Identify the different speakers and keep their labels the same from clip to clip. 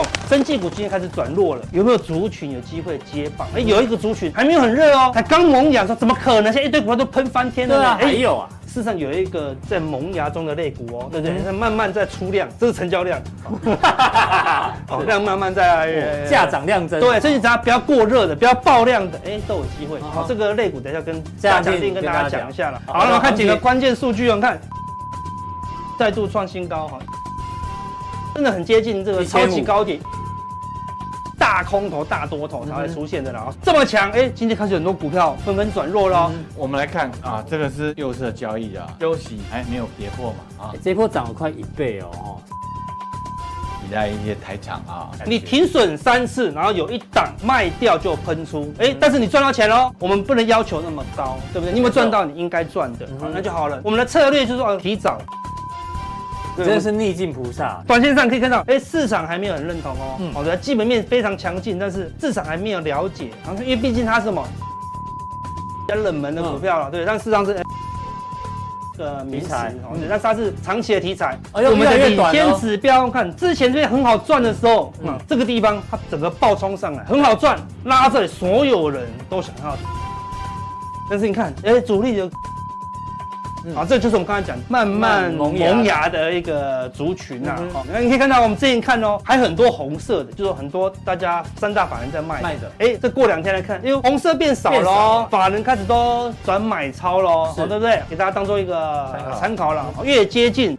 Speaker 1: 哦生技股今天开始转弱了，有没有族群有机会接棒？哎，有一个族群还没有很热哦，才刚萌芽，说怎么可能？现在一堆股票都喷翻天了呢。
Speaker 2: 还
Speaker 1: 哎，
Speaker 2: 有啊，
Speaker 1: 事实上有一个在萌芽中的类股哦，对不对？它慢慢在出量，这是成交 量，哦，量慢慢在
Speaker 2: 价。涨量增，
Speaker 1: 哎对，所以大家不要过热的，不要爆量的，哎，都有机会。
Speaker 2: 啊
Speaker 1: 好，这个类股等一下跟大
Speaker 2: 下面
Speaker 1: 家定跟
Speaker 2: 跟
Speaker 1: 大
Speaker 2: 大
Speaker 1: 家
Speaker 2: 家
Speaker 1: 讲
Speaker 2: 讲
Speaker 1: 一下了。
Speaker 2: 好
Speaker 1: 好，
Speaker 2: 那
Speaker 1: 了，我看
Speaker 2: 黄
Speaker 1: 几个
Speaker 2: 金
Speaker 1: 关键数据哦，你看再度创新高哈，真的很接近这个超级
Speaker 2: 1500
Speaker 1: 高点。大空头、大多头才会出现的啦，
Speaker 2: 嗯
Speaker 1: 这么强，哎，今天开始很多股票纷纷转弱了。哦
Speaker 3: 我们来看啊，这个是右侧交易的啊休息，还没有跌破嘛啊
Speaker 2: 哎，这波涨了快一倍哦哦，
Speaker 3: 依赖一些台场啊，
Speaker 1: 你停损三次，然后有一档卖掉就喷出，哎、但是你赚到钱喽，我们不能要求那么高，对不对？你有没有赚到你应该赚的，好，那就好了。我们的策略就是哦，提早。
Speaker 2: 真的是逆境菩萨，
Speaker 1: 短线上可以看到，哎、市场还没有很认同哦，
Speaker 2: 嗯
Speaker 1: 好的，基本面非常强劲，但是市场还没有了解，然后因为毕竟它是什么比较冷门
Speaker 2: 嗯
Speaker 1: 的股票了，对，但市场是。哎呃，名
Speaker 2: 题
Speaker 1: 词
Speaker 2: 材，
Speaker 1: 哦对但是它是长期的题材。
Speaker 2: 哎呦
Speaker 1: 我们
Speaker 2: 越来
Speaker 1: 的
Speaker 2: 越
Speaker 1: 领
Speaker 2: 短了
Speaker 1: 先
Speaker 2: 哦
Speaker 1: 指标看，之前这些很好赚的时候，嗯，这个地方它整个爆冲上来，很好赚，拉这里所有人都想要。但是你看，哎、主力的，啊，这就是我们刚才讲慢慢
Speaker 2: 嗯慢萌
Speaker 1: 萌
Speaker 2: 芽
Speaker 1: 芽。牙的一个族群呐、啊
Speaker 2: 嗯哼
Speaker 1: 好那、你可以看到我们之前看哦，还很多红色的，就是很多大家三大法人在卖
Speaker 2: 卖的
Speaker 1: 哎，这过两天来看，因为红色变少
Speaker 2: 变少
Speaker 1: 喽
Speaker 2: 了，
Speaker 1: 法人开始都转买超喽，
Speaker 2: 是
Speaker 1: 好对不对？给大家当做一个
Speaker 3: 参考
Speaker 1: 参考了，好越接
Speaker 2: 嗯
Speaker 1: 近。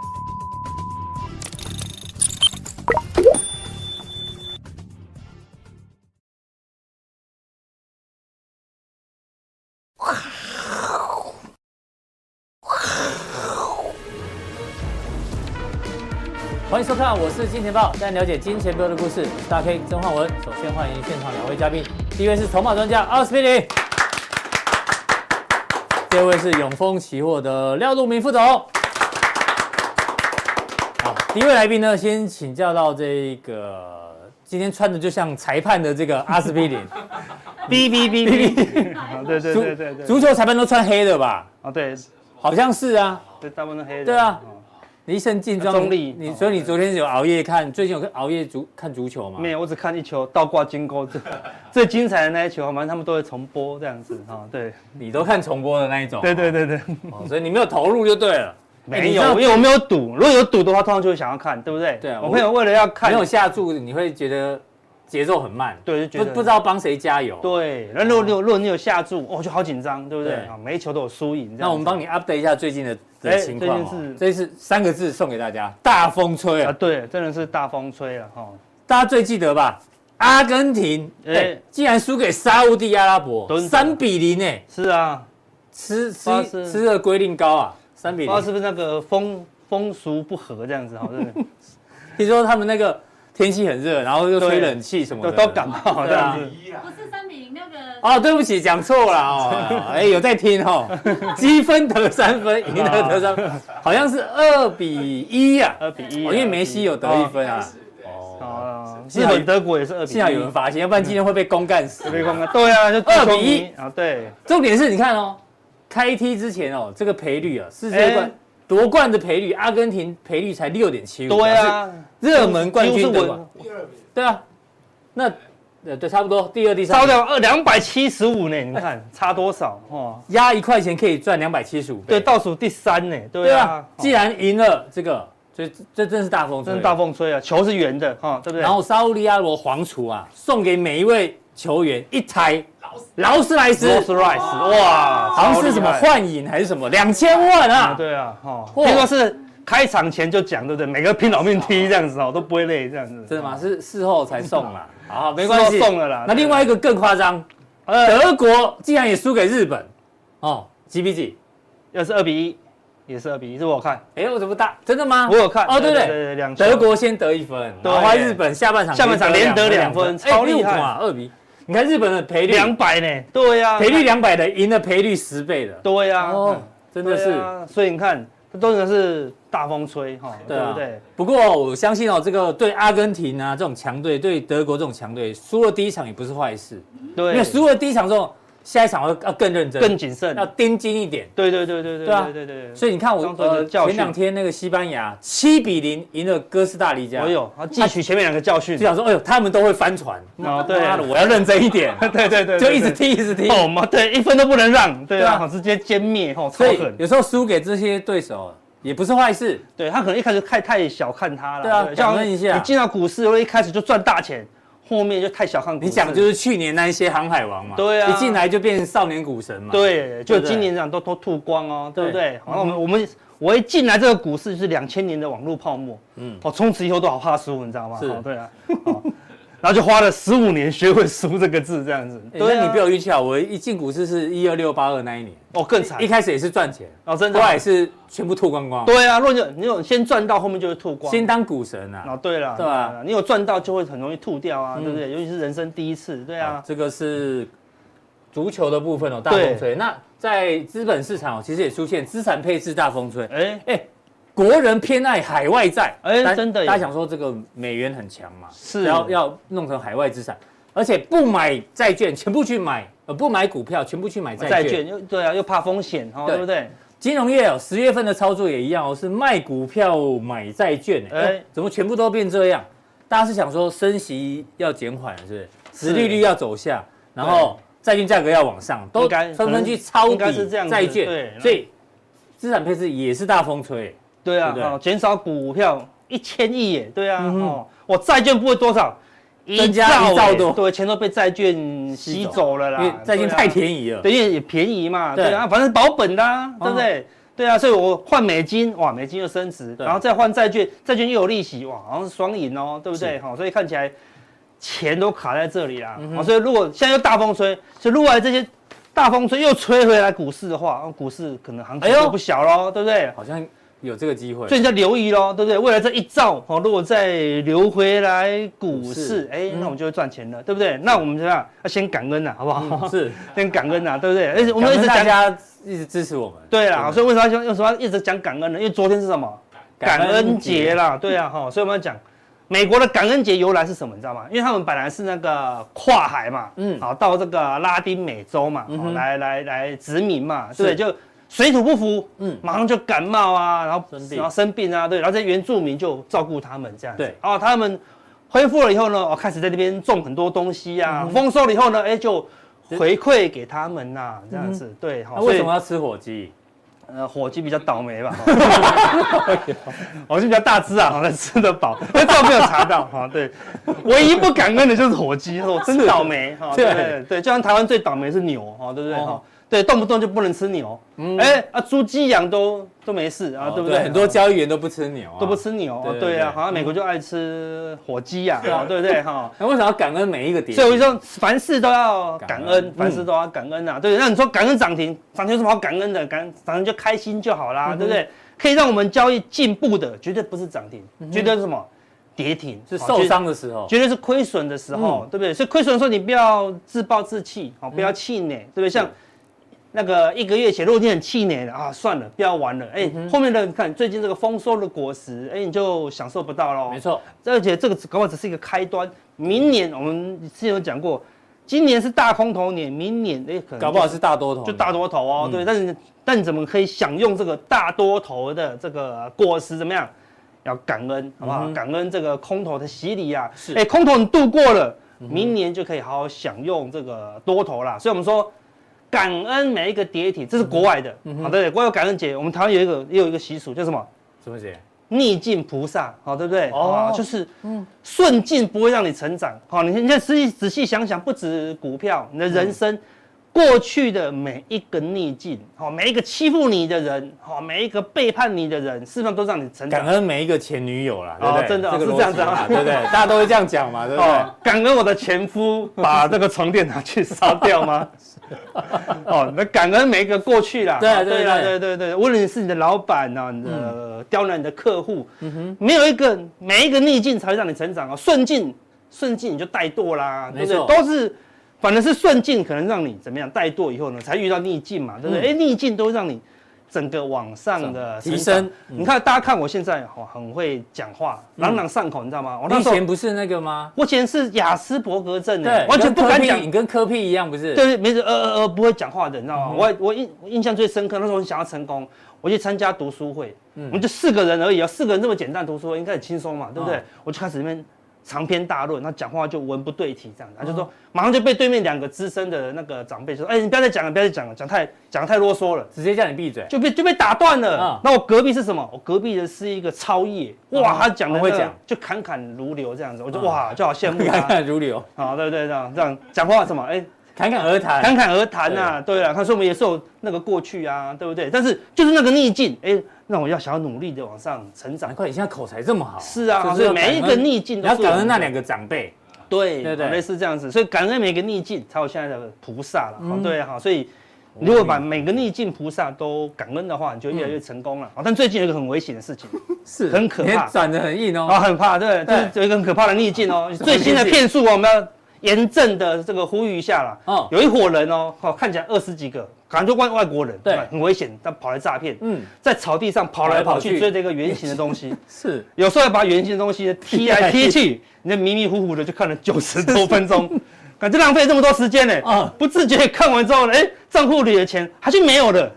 Speaker 2: 欢迎收看，我是金钱豹，带你了解金钱豹的故事，我是大 K 曾焕文。首先欢迎现场两位嘉宾，第一位是筹码专家奥斯比林，第二位是永丰期货的廖路明副总。好，第一位来宾呢，先请教到这个今天穿的就像裁判的这个阿斯匹林，
Speaker 1: 哔哔哔哔，啊， 对对对对对，
Speaker 2: 足球裁判都穿黑的吧？
Speaker 1: 啊对，
Speaker 2: 好像是啊，
Speaker 1: 这大部分都黑的，
Speaker 2: 对啊
Speaker 1: 哦，
Speaker 2: 你一身劲装，
Speaker 1: 中立
Speaker 2: 你
Speaker 1: 哦
Speaker 2: 所以你昨天有熬夜看，最近有熬夜足看足球吗？
Speaker 1: 没有，我只看一球倒挂金钩，最 最精彩的那一球，反正他们都会重播这样子哈、哦对
Speaker 2: 你都看重播的那一种，
Speaker 1: 对对对对。
Speaker 2: 哦，所以你没有投入就对 了，哎
Speaker 1: 没
Speaker 2: 你
Speaker 1: 有
Speaker 2: 这，样
Speaker 1: 因为我没有赌。如果有赌的话，通常就会想要看，对不对？
Speaker 2: 对啊
Speaker 1: 我
Speaker 2: 我
Speaker 1: 朋友为了要看
Speaker 2: 没，有下注，你会觉得节奏很慢，
Speaker 1: 对就觉
Speaker 2: 不
Speaker 1: 得
Speaker 2: 不知道帮谁加油。
Speaker 1: 对。然后如果你有如果你有下注，哦，就好紧张，对不对
Speaker 2: 对？
Speaker 1: 啊，每一球都有输赢。
Speaker 2: 那我们帮你 update 一下最近的的
Speaker 1: 哎
Speaker 2: 情
Speaker 1: 最
Speaker 2: 况、
Speaker 1: 近
Speaker 2: 哦
Speaker 1: 是。
Speaker 2: 这是三个字送给大家，大风吹
Speaker 1: 你啊，
Speaker 2: 啊！
Speaker 1: 对，真的是大风吹了哈。
Speaker 2: 大家最记得吧？阿根廷，哎、
Speaker 1: 哎
Speaker 2: 竟然输给沙乌地阿拉伯，
Speaker 1: 蹲着
Speaker 2: 三比零呢、
Speaker 1: 是啊，
Speaker 2: 吃
Speaker 1: 发
Speaker 2: 吃
Speaker 1: 生
Speaker 2: 吃的规定高啊，三
Speaker 1: 不
Speaker 2: 比
Speaker 1: 知道
Speaker 2: 零。
Speaker 1: 是不是那个风风俗不合这样子哈，对不对？
Speaker 2: 听说他们那个天气很热，然后又
Speaker 1: 对
Speaker 2: 吹冷气什么
Speaker 1: 都
Speaker 2: 的，
Speaker 1: 都感冒这
Speaker 2: 对啊
Speaker 1: 样子。
Speaker 4: 不是三比零那个
Speaker 2: 哦，对不起，讲错了哦。 哎，有在听哦，积分得三分，赢得得三分，好像是二比一啊，
Speaker 1: 啊二比一啊，
Speaker 2: 哦因为梅西有得一分啊。哦，
Speaker 1: 哦，
Speaker 2: 幸
Speaker 1: 日
Speaker 2: 好
Speaker 1: 本德国也是二比一。
Speaker 2: 幸好有人发现，要不然今天会被公干死。
Speaker 1: 被公开，对啊，就
Speaker 2: 2比一
Speaker 1: 1啊，对，
Speaker 2: 重点是你看哦，开踢之前哦，这个赔率啊，世界冠
Speaker 1: 哎
Speaker 2: 夺冠的赔率，阿根廷赔率才六点七五，
Speaker 1: 对，啊，
Speaker 2: 热门冠军
Speaker 1: 几乎
Speaker 2: 的
Speaker 1: 是
Speaker 2: 嘛
Speaker 1: 稳，
Speaker 2: 对啊，那呃对，差不多第二第
Speaker 1: 超
Speaker 2: 三。
Speaker 1: 掉二两百七十五呢，你看差多少哦？
Speaker 2: 压一块钱可以赚两百七十五倍，
Speaker 1: 对，倒数第三呢，对
Speaker 2: 对
Speaker 1: 啊
Speaker 2: 啊，，既然赢了这个，这这真是大风吹，
Speaker 1: 真是大风吹啊，球是圆的哈，对不对？
Speaker 2: 然后沙烏利阿罗皇厨啊，送给每一位球员一台劳斯莱斯，
Speaker 1: Rolls Royce，哇，
Speaker 2: 好像是什么
Speaker 1: 超厉害
Speaker 2: 幻影还是什么，两千万
Speaker 1: 啊？
Speaker 2: 啊！
Speaker 1: 对啊，哈，
Speaker 2: 嚯
Speaker 1: 听说是开场前就讲，对不对？每个拼老命踢这样子哦，都不会累这样子。
Speaker 2: 真的吗？是事后才送啦，好，没关系，
Speaker 1: 嗯事后送了啦
Speaker 2: 那另外一个更夸张，
Speaker 1: 呃
Speaker 2: 德国竟然也输给日本，哦，几比几？
Speaker 1: 又是二比一，也是二比一，这我有看，
Speaker 2: 哎，我怎么大？真的吗？
Speaker 1: 我有看。
Speaker 2: 哦，对不对？
Speaker 1: 对，两球
Speaker 2: 德国先得一分，
Speaker 1: 对
Speaker 2: 然后日本下半场
Speaker 1: 下半场连得两分超厉害
Speaker 2: 啊，二比一。你看日本的赔率，
Speaker 1: 两百呢，对呀，
Speaker 2: 赔率，两百的赢了赔率十倍的，
Speaker 1: 对呀，
Speaker 2: 哦
Speaker 1: 嗯，
Speaker 2: 真的是
Speaker 1: 对。啊所以你看，这都真的是大风吹哈，
Speaker 2: 对
Speaker 1: 对
Speaker 2: 啊
Speaker 1: 不对？
Speaker 2: 不过我相信哦，这个对阿根廷啊这种强队，对德国这种强队，输了第一场也不是坏事，因
Speaker 1: 对，
Speaker 2: 为输了第一场之后，下一场要要更认真，
Speaker 1: 更谨慎。
Speaker 2: 要盯紧一点。
Speaker 1: 对对对对对
Speaker 2: 对啊
Speaker 1: 对对对
Speaker 2: 所以你看我
Speaker 1: 当做一个
Speaker 2: 呃
Speaker 1: 教训
Speaker 2: 前两天那个西班牙七比零赢了哥斯达黎
Speaker 1: 对，
Speaker 2: 加，
Speaker 1: 我有要汲取前面两个教训
Speaker 2: 就。想说，哎呦，他们都会翻船，
Speaker 1: 哦对
Speaker 2: 妈的，我要认真一 点，
Speaker 1: 对对对，对
Speaker 2: 就一直
Speaker 1: 对
Speaker 2: 踢一直踢。
Speaker 1: 哦嘛，对，一分都不能让，对
Speaker 2: 对
Speaker 1: 啊，
Speaker 2: 啊
Speaker 1: 好直接歼灭，吼，超
Speaker 2: 所以
Speaker 1: 狠。
Speaker 2: 有时候输给这些对手啊也不是坏事，
Speaker 1: 对他可能一开始太太小看他了，
Speaker 2: 对啊
Speaker 1: 像
Speaker 2: 感恩一下
Speaker 1: 你进到股市，如果一开始就赚大钱，后面就太小看股市。
Speaker 2: 你讲的就是去年那一些航海王嘛，
Speaker 1: 对啊
Speaker 2: 一进来就变成少年股神嘛，，
Speaker 1: 对，就
Speaker 2: 对不对
Speaker 1: 今年这样都都吐光哦，对不
Speaker 2: 对
Speaker 1: 对？好，我们我们我一进来这个股市就是两千年的网络泡沫，嗯
Speaker 2: 嗯，
Speaker 1: 哦，从此以后都好怕输，你知道吗？
Speaker 2: 是
Speaker 1: 哦对啊，哦然后就花了十五年学会“输”这个字，这样子。
Speaker 2: 对，
Speaker 1: 啊
Speaker 2: 哎你比我运气好，我一进股市是一二六八二那一年，
Speaker 1: 哦更惨
Speaker 2: 一，开始也是赚钱，
Speaker 1: 哦真的
Speaker 2: 后来也是全部吐光光，
Speaker 1: 对啊，论就你有先赚到，后面就会吐光。
Speaker 2: 哦先当股神啊，
Speaker 1: 哦，对了，
Speaker 2: 对嗯啊
Speaker 1: 啦你有赚到就会很容易吐掉啊，对不对？尤其是人生第一次，对啊，
Speaker 2: 这个是足球的部分哦，大风吹。那在资本市场哦，其实也出现资产配置大风吹。
Speaker 1: 哎，
Speaker 2: 哎，国人偏爱海外债，
Speaker 1: 哎
Speaker 2: 但
Speaker 1: 真的耶
Speaker 2: 大家想说这个美元很强嘛，
Speaker 1: 是
Speaker 2: 要要弄成海外资产，而且不买债券，全部去买，呃，不买股票，全部去买债
Speaker 1: 债
Speaker 2: 券。
Speaker 1: 券又对啊，又怕风险哦，
Speaker 2: 对
Speaker 1: 对不对？
Speaker 2: 金融业哦，十月份的操作也一样哦，是卖股票买债券，哎、
Speaker 1: 哎
Speaker 2: 怎么全部都变这样？大家是想说升息要减缓，是不是？殖利率要走下，然后债券价格要往上，都
Speaker 1: 应该嗯
Speaker 2: 纷纷去抄
Speaker 1: 应该
Speaker 2: 底
Speaker 1: 是这样子
Speaker 2: 债
Speaker 1: 对
Speaker 2: 券，所以资产配置也是大风吹。
Speaker 1: 对啊，
Speaker 2: 对不对
Speaker 1: 哦，减少股票一千亿耶，对啊，
Speaker 2: 嗯哼
Speaker 1: 哦，我债券不会多少，
Speaker 2: 增加
Speaker 1: 耶
Speaker 2: 一兆多
Speaker 1: 对，钱都被债券吸走了
Speaker 2: 因为
Speaker 1: 啦，
Speaker 2: 债券太
Speaker 1: 宜，
Speaker 2: 便宜了，
Speaker 1: 啊对，因为也便宜嘛，对
Speaker 2: 对
Speaker 1: 啊，反正保本的啊，
Speaker 2: 哦
Speaker 1: 对不对？对啊，所以我换美金，哇，美金又升值，
Speaker 2: 对
Speaker 1: 然后再换债券，债券又有利息，哇，好像是双赢哦，对不对？
Speaker 2: 是嗯
Speaker 1: 好，所以看起来钱都卡在这里啦，好，所以如果现在又大风吹，所以如果这些大风吹又吹回来股市的话，哦股市可能行情
Speaker 2: 哎呦
Speaker 1: 就不小喽，对不对？
Speaker 2: 好像有这个机会
Speaker 1: 所。以你要留意喽，对不对？未来这一兆哦，如果再流回来股
Speaker 2: 股
Speaker 1: 市
Speaker 2: 市，嗯
Speaker 1: 哎、那我们就会赚钱了，对不对？那我们这样要先感恩呐、好不好？
Speaker 2: 嗯是，
Speaker 1: 先感恩呐、对不对？而且我
Speaker 2: 我
Speaker 1: 们
Speaker 2: 们
Speaker 1: 一直
Speaker 2: 大
Speaker 1: 讲，
Speaker 2: 家一直支持我们。
Speaker 1: 对啦，
Speaker 2: 真的
Speaker 1: 所以为什么要为什么要一直讲感恩呢？因为昨天是什么？感恩节啦，对啊，哈，所以我们要讲美国的感恩节由来是什么，你知道吗？因为他们本来是那个跨海嘛，嗯，
Speaker 2: 嗯
Speaker 1: 好到这个拉丁美洲嘛，
Speaker 2: 嗯
Speaker 1: 哦
Speaker 2: 哼
Speaker 1: 来来来殖民嘛，
Speaker 2: 是
Speaker 1: 对，就水土不服，嗯
Speaker 2: 嗯，
Speaker 1: 马上就感冒啊，然后
Speaker 2: 生病
Speaker 1: 然后生病啊，对，然后这些原住民就照顾他们这样子，
Speaker 2: 对
Speaker 1: 哦，他们恢复了以后呢，哦，开始在那边种很多东西
Speaker 2: 嗯
Speaker 1: 啊，丰收了以后呢，哎，就回馈给他们呐、这样子，对，好
Speaker 2: 嗯那为什么要吃火鸡？
Speaker 1: 呃，火鸡比较倒霉吧，哦火鸡比较大只啊，好像吃得饱。那这我没有查到哈、对，唯一不感恩的就是火鸡，我真倒霉哈、对
Speaker 2: 对
Speaker 1: 对对，就像台湾最倒霉是牛哈、对不对哈、
Speaker 2: 哦嗯
Speaker 1: 对，动不动就不能吃牛，哎、啊，猪鸡羊都都没事啊，
Speaker 2: 哦
Speaker 1: 对不对？
Speaker 2: 很多交易员都不吃牛啊，
Speaker 1: 都不吃牛，哦
Speaker 2: 对对
Speaker 1: 对啊，
Speaker 2: 对
Speaker 1: 好像美国就爱吃火鸡呀、
Speaker 2: 对啊
Speaker 1: 啊，对不对哈？
Speaker 2: 那为什么要感恩每一个点？
Speaker 1: 所以我就说，凡事都要感
Speaker 2: 感
Speaker 1: 恩
Speaker 2: 恩，
Speaker 1: 凡事都要感恩啊，对不对？那你说感恩涨停，涨停有什么好感恩的？感恩涨停就开心就
Speaker 2: 嗯
Speaker 1: 好啦，对不对？可以让我们交易进步的，绝对不是涨停，绝对是什么跌停，
Speaker 2: 嗯是
Speaker 1: 好
Speaker 2: 受，伤嗯的时候，
Speaker 1: 绝绝对是亏损的时候，对不对？所以亏损的时候，你不要自暴自弃，
Speaker 2: 嗯
Speaker 1: 好，不要气馁，对不对？像那个一个月前，如果你很气馁的啊，算了，不要玩了，哎，
Speaker 2: 嗯
Speaker 1: 后面的你看最近这个丰收的果实，哎，你就享受不到喽，
Speaker 2: 没错，
Speaker 1: 而且这个只搞不好只是一个开端，明年我们之前有讲过，今年是大空头年，明年哎、可能
Speaker 2: 搞不好是大多头，嗯
Speaker 1: 就大多头哦，对，但是但你怎么可以享用这个大多头的这个果实？怎么样？要感恩，好不好？
Speaker 2: 嗯哼
Speaker 1: 感恩这个空头的洗礼啊！
Speaker 2: 是嗯
Speaker 1: 哎、空头你度过了，明年就可以好好享用这个多头啦。所以我们说，感恩每一个跌停，这是国外的，
Speaker 2: 嗯
Speaker 1: 好对不对？国外有感恩节，我们台湾有一个也有一个习俗，叫什么？
Speaker 2: 什么节？
Speaker 1: 逆境菩萨，好、对不对？哦
Speaker 2: 哦，
Speaker 1: 就是顺境不会让你成长。好、你现在仔细仔细想想，不止股票，你的人生、过去的每一个逆境，好、每一个欺负你的人，好、每一个背叛你的人，事实上都让你成
Speaker 2: 感
Speaker 1: 长。
Speaker 2: 恩每一个前女友啦，对
Speaker 1: 哦
Speaker 2: 不对？
Speaker 1: 真的哦
Speaker 2: 个
Speaker 1: 是
Speaker 2: 逻
Speaker 1: 这样子
Speaker 2: 辑
Speaker 1: 啊
Speaker 2: 嘛对不对？大家都会这样讲嘛，对不对
Speaker 1: 哦？，感恩我的前夫把这个床垫拿去烧掉 吗？哦，那感恩每一个过去啦，
Speaker 2: 对
Speaker 1: 哦
Speaker 2: 对
Speaker 1: 啦，对
Speaker 2: 对
Speaker 1: 对
Speaker 2: 嗯
Speaker 1: 对，无论是你的老板啊，你的刁难你的客户，没有一个每一个逆境才会让你成长哦，顺境顺境你就怠惰啦，对
Speaker 2: 没
Speaker 1: 不对？
Speaker 2: 错
Speaker 1: 都是。
Speaker 2: 嗯
Speaker 1: 反而是顺境可能让你怎么样怠惰以后呢，才遇到逆境嘛，对不对？哎、逆境都会让你整个往上的成
Speaker 2: 提
Speaker 1: 长
Speaker 2: 升嗯
Speaker 1: 你看大家看我现在哦很会讲话，朗朗上口，你知道吗？我
Speaker 2: 你
Speaker 1: 那
Speaker 2: 以
Speaker 1: 时候
Speaker 2: 前不是那个吗？
Speaker 1: 我以前是雅斯伯格症的
Speaker 2: 对，，
Speaker 1: 完全不敢
Speaker 2: 跟科
Speaker 1: 讲
Speaker 2: 屁你跟科屁一样不是？，
Speaker 1: 对，没事，呃呃呃，不会讲话的，你知道吗？
Speaker 2: 嗯
Speaker 1: 我我印我印象最深刻，那时候我想要成功，我去参加读书会，
Speaker 2: 嗯
Speaker 1: 我们就四个人而已啊，四个人这么简单，读书会应该很轻松嘛，对不对？
Speaker 2: 嗯
Speaker 1: 我就开始里面长篇大论，那讲话就文不对题这样子，他就说、
Speaker 2: 嗯
Speaker 1: 马上就被对面两个资深的那个长辈说，哎、你不要再讲了，不要再讲了，讲太讲太啰嗦了。
Speaker 2: 直接叫你闭嘴。
Speaker 1: 就被就被打断了
Speaker 2: 嗯。
Speaker 1: 那、我隔壁是什么？我隔壁的是一个超业，哇，
Speaker 2: 嗯
Speaker 1: 他讲的
Speaker 2: 很会
Speaker 1: 那个
Speaker 2: 讲
Speaker 1: 就侃侃如流这样子，我就、
Speaker 2: 嗯
Speaker 1: 哇，就好羡慕
Speaker 2: 侃
Speaker 1: 他。
Speaker 2: 侃如流，
Speaker 1: 好，对对，这样这样讲话什么？哎、
Speaker 2: 侃侃而谈。
Speaker 1: 侃侃而谈呐、对啊，他说我们也是有那个过去啊，对不对？但是就是那个逆境，哎、那我要想要努力的往上成长
Speaker 2: 难。怪你现在口才这么好。
Speaker 1: 是啊，
Speaker 2: 就是
Speaker 1: 所以
Speaker 2: 要感
Speaker 1: 每一
Speaker 2: 恩
Speaker 1: 个逆境
Speaker 2: 你
Speaker 1: 都是
Speaker 2: 要感恩那
Speaker 1: 我们的
Speaker 2: 两个长辈。
Speaker 1: 对
Speaker 2: 对对
Speaker 1: 啊类似这样子，所以感恩每个逆境，才有现在的菩萨了。好对哈，所以如果把每个逆境菩萨都感恩的话，你就越来越成功了。好但最近有一个很危险的事情，
Speaker 2: 是
Speaker 1: 很可怕
Speaker 2: 你也转的很硬
Speaker 1: 啊，
Speaker 2: 哦。
Speaker 1: 很怕，对，
Speaker 2: 对
Speaker 1: 就是有一个很可怕的逆境哦。最新的骗术哦我们要严正的这个呼吁一下啦。
Speaker 2: 哦
Speaker 1: 有一伙人哦，哦看起来二十几个，感觉外外国人，
Speaker 2: 对
Speaker 1: 很危险，他跑来诈骗，
Speaker 2: 嗯，
Speaker 1: 在草地上跑来跑去
Speaker 2: 跑来跑
Speaker 1: 追
Speaker 2: 去
Speaker 1: 着一个圆形的东西，
Speaker 2: 是
Speaker 1: 有时候还把圆形的东西 踢来踢去，你这迷迷糊糊的就看了九十多分 钟。感觉浪费这么多时间呢、
Speaker 2: 嗯
Speaker 1: 不自觉看完之后呢，哎、账户里的钱还是没有了，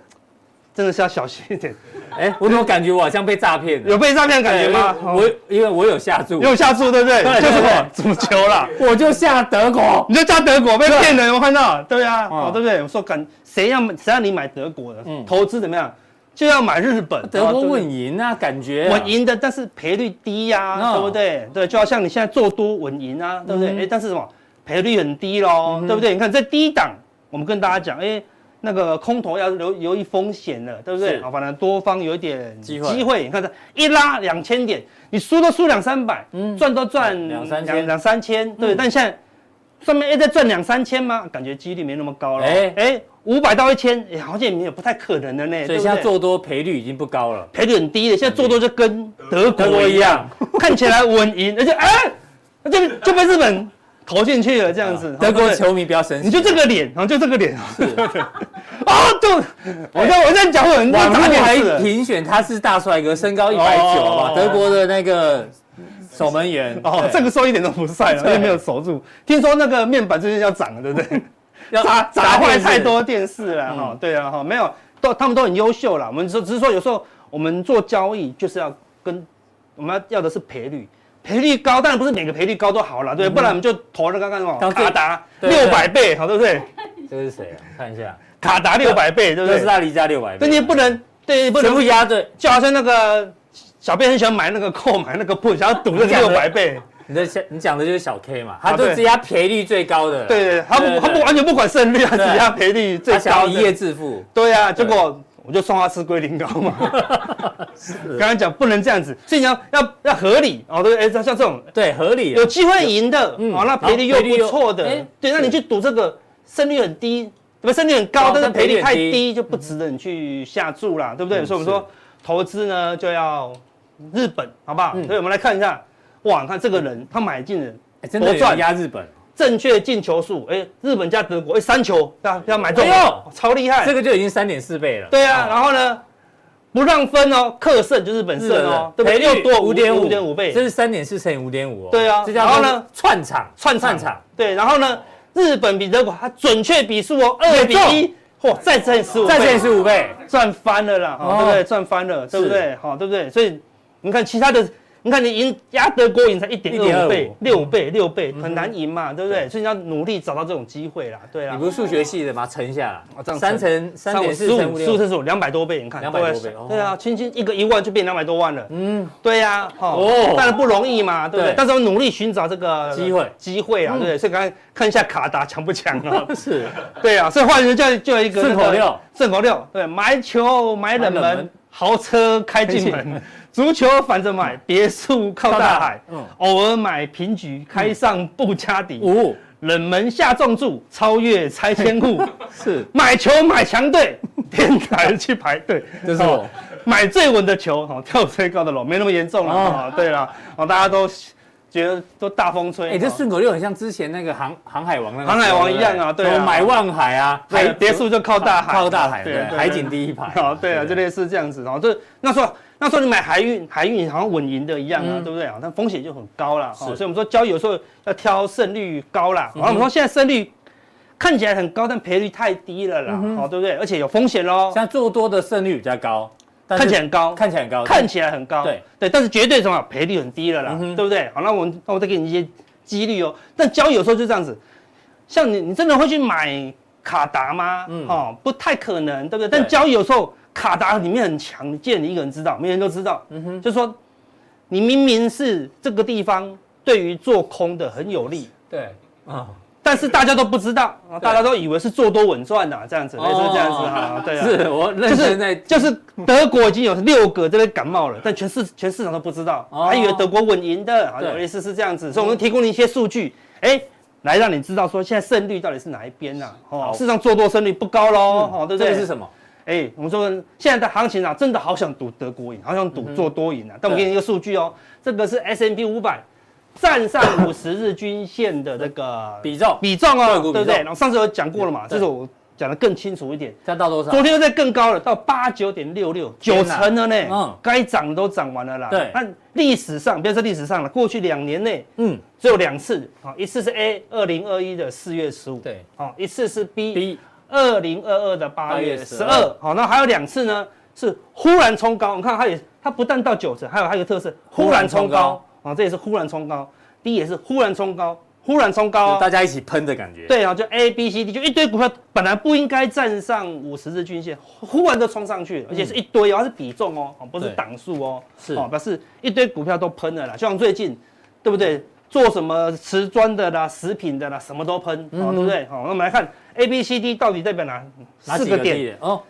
Speaker 1: 真的是要小心一点。
Speaker 2: 哎、我怎么感觉我好像被诈骗了？
Speaker 1: 有被诈骗的感觉吗？哦
Speaker 2: 对我因为我有下注，
Speaker 1: 有下注对不对？
Speaker 2: 对对
Speaker 1: 就是我
Speaker 2: 对
Speaker 1: 啊足球啦。
Speaker 2: 我就下德 国。
Speaker 1: 你就叫德国被骗人，我看到，对啊，
Speaker 2: 嗯
Speaker 1: 哦，对不对？我说敢谁让谁让你买德国的
Speaker 2: 嗯？
Speaker 1: 投资怎么样？就要买日本，
Speaker 2: 德
Speaker 1: 哦
Speaker 2: 国
Speaker 1: 对不对
Speaker 2: 稳赢啊，感觉、
Speaker 1: 稳，赢的，但是赔率低呀、
Speaker 2: 嗯
Speaker 1: 对不对？对，就好像你现在做多稳赢啊，对不对？
Speaker 2: 嗯
Speaker 1: 哎、但是什么赔率很低喽，对不对？你看在低档，我们跟大家讲，哎、那个空头要留留意风险了，对不对？
Speaker 2: 是
Speaker 1: 好，反正多方有一点
Speaker 2: 机会
Speaker 1: 机会，你看这一拉两千点，你输都输两三百，
Speaker 2: 嗯
Speaker 1: 赚都赚
Speaker 2: 两三千嗯
Speaker 1: 两两三千，对。但现在上面哎再赚两三千吗？感觉几率没那么高了。
Speaker 2: 哎
Speaker 1: 哎哎，五百到一千，哎，好像也没有不太可能的呢。
Speaker 2: 所
Speaker 1: 对
Speaker 2: 以
Speaker 1: 不哦
Speaker 2: 现在
Speaker 1: 对
Speaker 2: 做多赔率已经不高了。
Speaker 1: 赔率很低的，现在做多就跟德国一样，看起来稳赢，而且哎，就就被日本投进去了这样子。
Speaker 2: 啊德国
Speaker 1: 对不对
Speaker 2: 球迷不要生气，
Speaker 1: 你就这个脸，然后就这个脸， 啊，就我在我在讲，我很
Speaker 2: 网络
Speaker 1: 打脸
Speaker 2: 还
Speaker 1: 是的
Speaker 2: 评选他是大帅哥，身高一百九
Speaker 1: 哦
Speaker 2: 嘛，德国的那个守门员。
Speaker 1: 哦，这
Speaker 2: 个
Speaker 1: 个时候一点都不晒了，
Speaker 2: 对
Speaker 1: 又没有守住。听说那个面板最近要涨了，对不对？
Speaker 2: 要
Speaker 1: 砸砸坏
Speaker 2: 电视嗯
Speaker 1: 太多电视了哈、对啊哈，没有，都他们都很优秀啦。我们说只是说有时候我们做交易就是要跟我们要要的是赔率，赔率高，当然不是每个赔率高都好啦，对不对，不然我们就投了刚刚什么
Speaker 2: 嗯刚最
Speaker 1: 卡达
Speaker 2: 对对
Speaker 1: 六百倍，好对不对？
Speaker 2: 这是谁啊？看一下，
Speaker 1: 卡达六百倍，对不
Speaker 2: 这是
Speaker 1: 对？
Speaker 2: 他离家六百
Speaker 1: 那
Speaker 2: 倍，
Speaker 1: 你也不能对，不
Speaker 2: 全部
Speaker 1: 能
Speaker 2: 压对。
Speaker 1: 就好像那个小贝很喜欢买那个扣，买那个不想要赌那个
Speaker 2: 这样
Speaker 1: 六
Speaker 2: 的
Speaker 1: 百倍。
Speaker 2: 你的小你讲的就是小 K 嘛，他
Speaker 1: 啊
Speaker 2: 就
Speaker 1: 对
Speaker 2: 只压赔率最高的，
Speaker 1: 对对，他不他不
Speaker 2: 对
Speaker 1: 完全不管胜率，他只
Speaker 2: 对
Speaker 1: 要赔率最
Speaker 2: 他想
Speaker 1: 高
Speaker 2: 要
Speaker 1: 的
Speaker 2: 一夜致富，
Speaker 1: 对啊，结
Speaker 2: 对
Speaker 1: 果我就送他吃龟苓膏 嘛。刚刚讲不能这样子，所以你要要要合理哦，对不对，哎，像像这种
Speaker 2: 对，合理啊
Speaker 1: 有。机会赢的，
Speaker 2: 嗯
Speaker 1: 哦，那赔率
Speaker 2: 然后赔率
Speaker 1: 又
Speaker 2: 又
Speaker 1: 不错的
Speaker 2: 哎，
Speaker 1: 对，那你去赌这个胜率很低，对吧？胜率很
Speaker 2: 哦
Speaker 1: 高，但是
Speaker 2: 但
Speaker 1: 赔
Speaker 2: 赔
Speaker 1: 率
Speaker 2: 率
Speaker 1: 太
Speaker 2: 很低
Speaker 1: 低，就不值得你去下注啦，对不对？
Speaker 2: 嗯
Speaker 1: 所以我们说投资呢就要日本，好不好？
Speaker 2: 嗯
Speaker 1: 所以我们来看一下，哇，你看这个人他买进了
Speaker 2: 哎真的有
Speaker 1: 多赚
Speaker 2: 人压日本，
Speaker 1: 正确进球数，哎，日本加德国，哎，三球，要要买中
Speaker 2: 哎呦，
Speaker 1: 超厉害，
Speaker 2: 这个就已经三点四倍了。
Speaker 1: 对啊，
Speaker 2: 哦
Speaker 1: 然后呢，不让分哦，克胜就是本胜
Speaker 2: 日本
Speaker 1: 哦对
Speaker 2: 的，
Speaker 1: 不对？
Speaker 2: 赔率
Speaker 1: 又多
Speaker 2: 五点
Speaker 1: 五
Speaker 2: 五
Speaker 1: 点五倍
Speaker 2: 这，是三点四乘以五点五哦。
Speaker 1: 对啊
Speaker 2: 这叫
Speaker 1: 然后
Speaker 2: 做
Speaker 1: 呢
Speaker 2: 串场，
Speaker 1: 串场
Speaker 2: 串场，
Speaker 1: 对，然后呢，日本比德国它准确比数哦，二
Speaker 2: 也
Speaker 1: 比
Speaker 2: 中
Speaker 1: 一，嚯，再乘以十五，
Speaker 2: 再乘以十五倍，
Speaker 1: 赚翻了啦，哦
Speaker 2: 哦
Speaker 1: 对不对？赚翻了，对不对？好，对不对？所以你看其他的，你看你赢压德国赢才一点二五倍，六倍六倍，很难赢嘛，对不对？所以你要努力找到这种机会啦，对啊
Speaker 2: 你
Speaker 1: 啦
Speaker 2: 不。是数学系的吗？乘一下
Speaker 1: 哦这样乘
Speaker 2: 啦，三乘三点四
Speaker 1: 十
Speaker 2: 乘
Speaker 1: 五，
Speaker 2: 五
Speaker 1: 十五
Speaker 2: 点
Speaker 1: 乘十五，两百多倍，你看，
Speaker 2: 200多倍哦
Speaker 1: 对啊，轻轻一个一万就变两百多万了。
Speaker 2: 嗯，
Speaker 1: 对呀、哦
Speaker 2: 哦，
Speaker 1: 当然不容易嘛，对不对？
Speaker 2: 对
Speaker 1: 但是我努力寻找这个
Speaker 2: 机会？
Speaker 1: 机会啊，对不对？所以刚才看一下卡达强不强啊
Speaker 2: 是
Speaker 1: 对啊，所以换人就就有一个
Speaker 2: 顺口溜，
Speaker 1: 顺口溜，对，买球买冷
Speaker 2: 买冷
Speaker 1: 门
Speaker 2: 门，
Speaker 1: 豪车开进门，足球反着买，别墅靠大海，
Speaker 2: 嗯靠大海嗯
Speaker 1: 偶尔买平局，开上布加迪，
Speaker 2: 五
Speaker 1: 冷门下重注，超越拆迁户，
Speaker 2: 是，
Speaker 1: 买球买强 队，天台去排队，
Speaker 2: 这是我
Speaker 1: 哦买最稳的球，哈，跳最高的楼，没那么严重了
Speaker 2: 哦
Speaker 1: 啊、哦对了，哦，大家都觉得都大风吹，哦
Speaker 2: 哎，这顺口溜很像之前那个航航海王那个
Speaker 1: 航海王一样啊对啊
Speaker 2: 什么买望海啊，
Speaker 1: 海
Speaker 2: 海
Speaker 1: 别墅就靠大海，
Speaker 2: 靠大海，
Speaker 1: 对
Speaker 2: 对，
Speaker 1: 对
Speaker 2: 海景第一排
Speaker 1: 哦，对啊，就类似这样子哦。这那时候那时候你买海运，海运好像稳赢的一样啊，
Speaker 2: 嗯
Speaker 1: 对不对啊？但风险就很高啦。哦
Speaker 2: 是
Speaker 1: 所
Speaker 2: 嗯
Speaker 1: 以我们说交易有时候要挑胜率高啦。哦然后我们说现在胜率看起来很高，但赔率太低了
Speaker 2: 嗯
Speaker 1: 啦，哦，对不对？而且有风险喽
Speaker 2: 现，在做多的胜率比较高，但是
Speaker 1: 看起来很高，
Speaker 2: 看起来很高，
Speaker 1: 看起来很高，
Speaker 2: 对
Speaker 1: 对，但是绝对什么赔率很低了啦
Speaker 2: 嗯，哼
Speaker 1: 对不对？好，那我们那我再给你一些几率哦。但交易有时候就这样子，像你你真的会去买卡达吗？
Speaker 2: 嗯
Speaker 1: 哦，不太可能，对不对？但交易有时候卡达里面很强，你见你一个人知道，没人都知道。嗯哼，就说你明明是这个地方对于做空的很有利。
Speaker 2: 对啊，
Speaker 1: 但是大家都不知道，啊大家都以为是做多稳赚的、啊这样子，类似这样子
Speaker 2: 哦
Speaker 1: 哈、对 啊，
Speaker 2: 是我认
Speaker 1: 哦就是
Speaker 2: 真在
Speaker 1: 就是德国已经有六个这边感冒了，但全市全市场都不知道，
Speaker 2: 哦
Speaker 1: 还以为德国稳赢的，好
Speaker 2: 对
Speaker 1: 有类似是这样子，所以我们提供了一些数据，哎。来让你知道说现在胜率到底是哪一边呐、啊？哦
Speaker 2: 好，嗯
Speaker 1: 市场做多胜率不高喽，哦，对不
Speaker 2: 这
Speaker 1: 对？
Speaker 2: 个是什么？
Speaker 1: 哎，我们说现在的行情啊，真的好想赌德国赢，好想
Speaker 2: 嗯
Speaker 1: 赌做多赢啊。但我给你一个数据哦，这个是 S M P 五百站上五十日均线的这个
Speaker 2: 比重
Speaker 1: 比重哦
Speaker 2: 个，股比
Speaker 1: 对不
Speaker 2: 重
Speaker 1: 对？然后上次有讲过了嘛，
Speaker 2: 对
Speaker 1: 这次我讲的更清楚一点。
Speaker 2: 它到多少？
Speaker 1: 昨天又再更高了，到八九点六六，九
Speaker 2: 天哪
Speaker 1: 成了呢。
Speaker 2: 嗯
Speaker 1: 该涨的都涨完了啦。
Speaker 2: 对
Speaker 1: 那历史上，不要说历史上了，过去两年内
Speaker 2: 嗯，
Speaker 1: 只有两次啊，一次是 A 二零二一的四月十五，
Speaker 2: 对，
Speaker 1: 哦，一次是 B
Speaker 2: 比
Speaker 1: 二零二二的八月十
Speaker 2: 12
Speaker 1: 二，好，那还有两次呢，是忽然冲高。你看它也，它不但到九成，还有还有一个特色，忽然冲
Speaker 2: 忽然冲高
Speaker 1: 高，啊，这也是忽然冲高，D 也是忽然冲高，忽然冲高哦、
Speaker 2: 大家一起喷的感觉。
Speaker 1: 对啊，就 A、B、C、D，就一堆股票本来不应该站上五十日均线，忽然就冲上去了，而且是一堆哦，它是比重哦，哦不是
Speaker 2: 嗯对
Speaker 1: 档数哦，
Speaker 2: 是
Speaker 1: 哦，表示一堆股票都喷了啦，就像最近，对不对？做什么瓷砖的啦、食品的啦，什么都喷，
Speaker 2: 嗯
Speaker 1: 哦，对不对？好、那我们来看 A、B、C、D 到底代表哪
Speaker 2: 哪
Speaker 1: 四
Speaker 2: 几个
Speaker 1: 个点？
Speaker 2: 点？哦，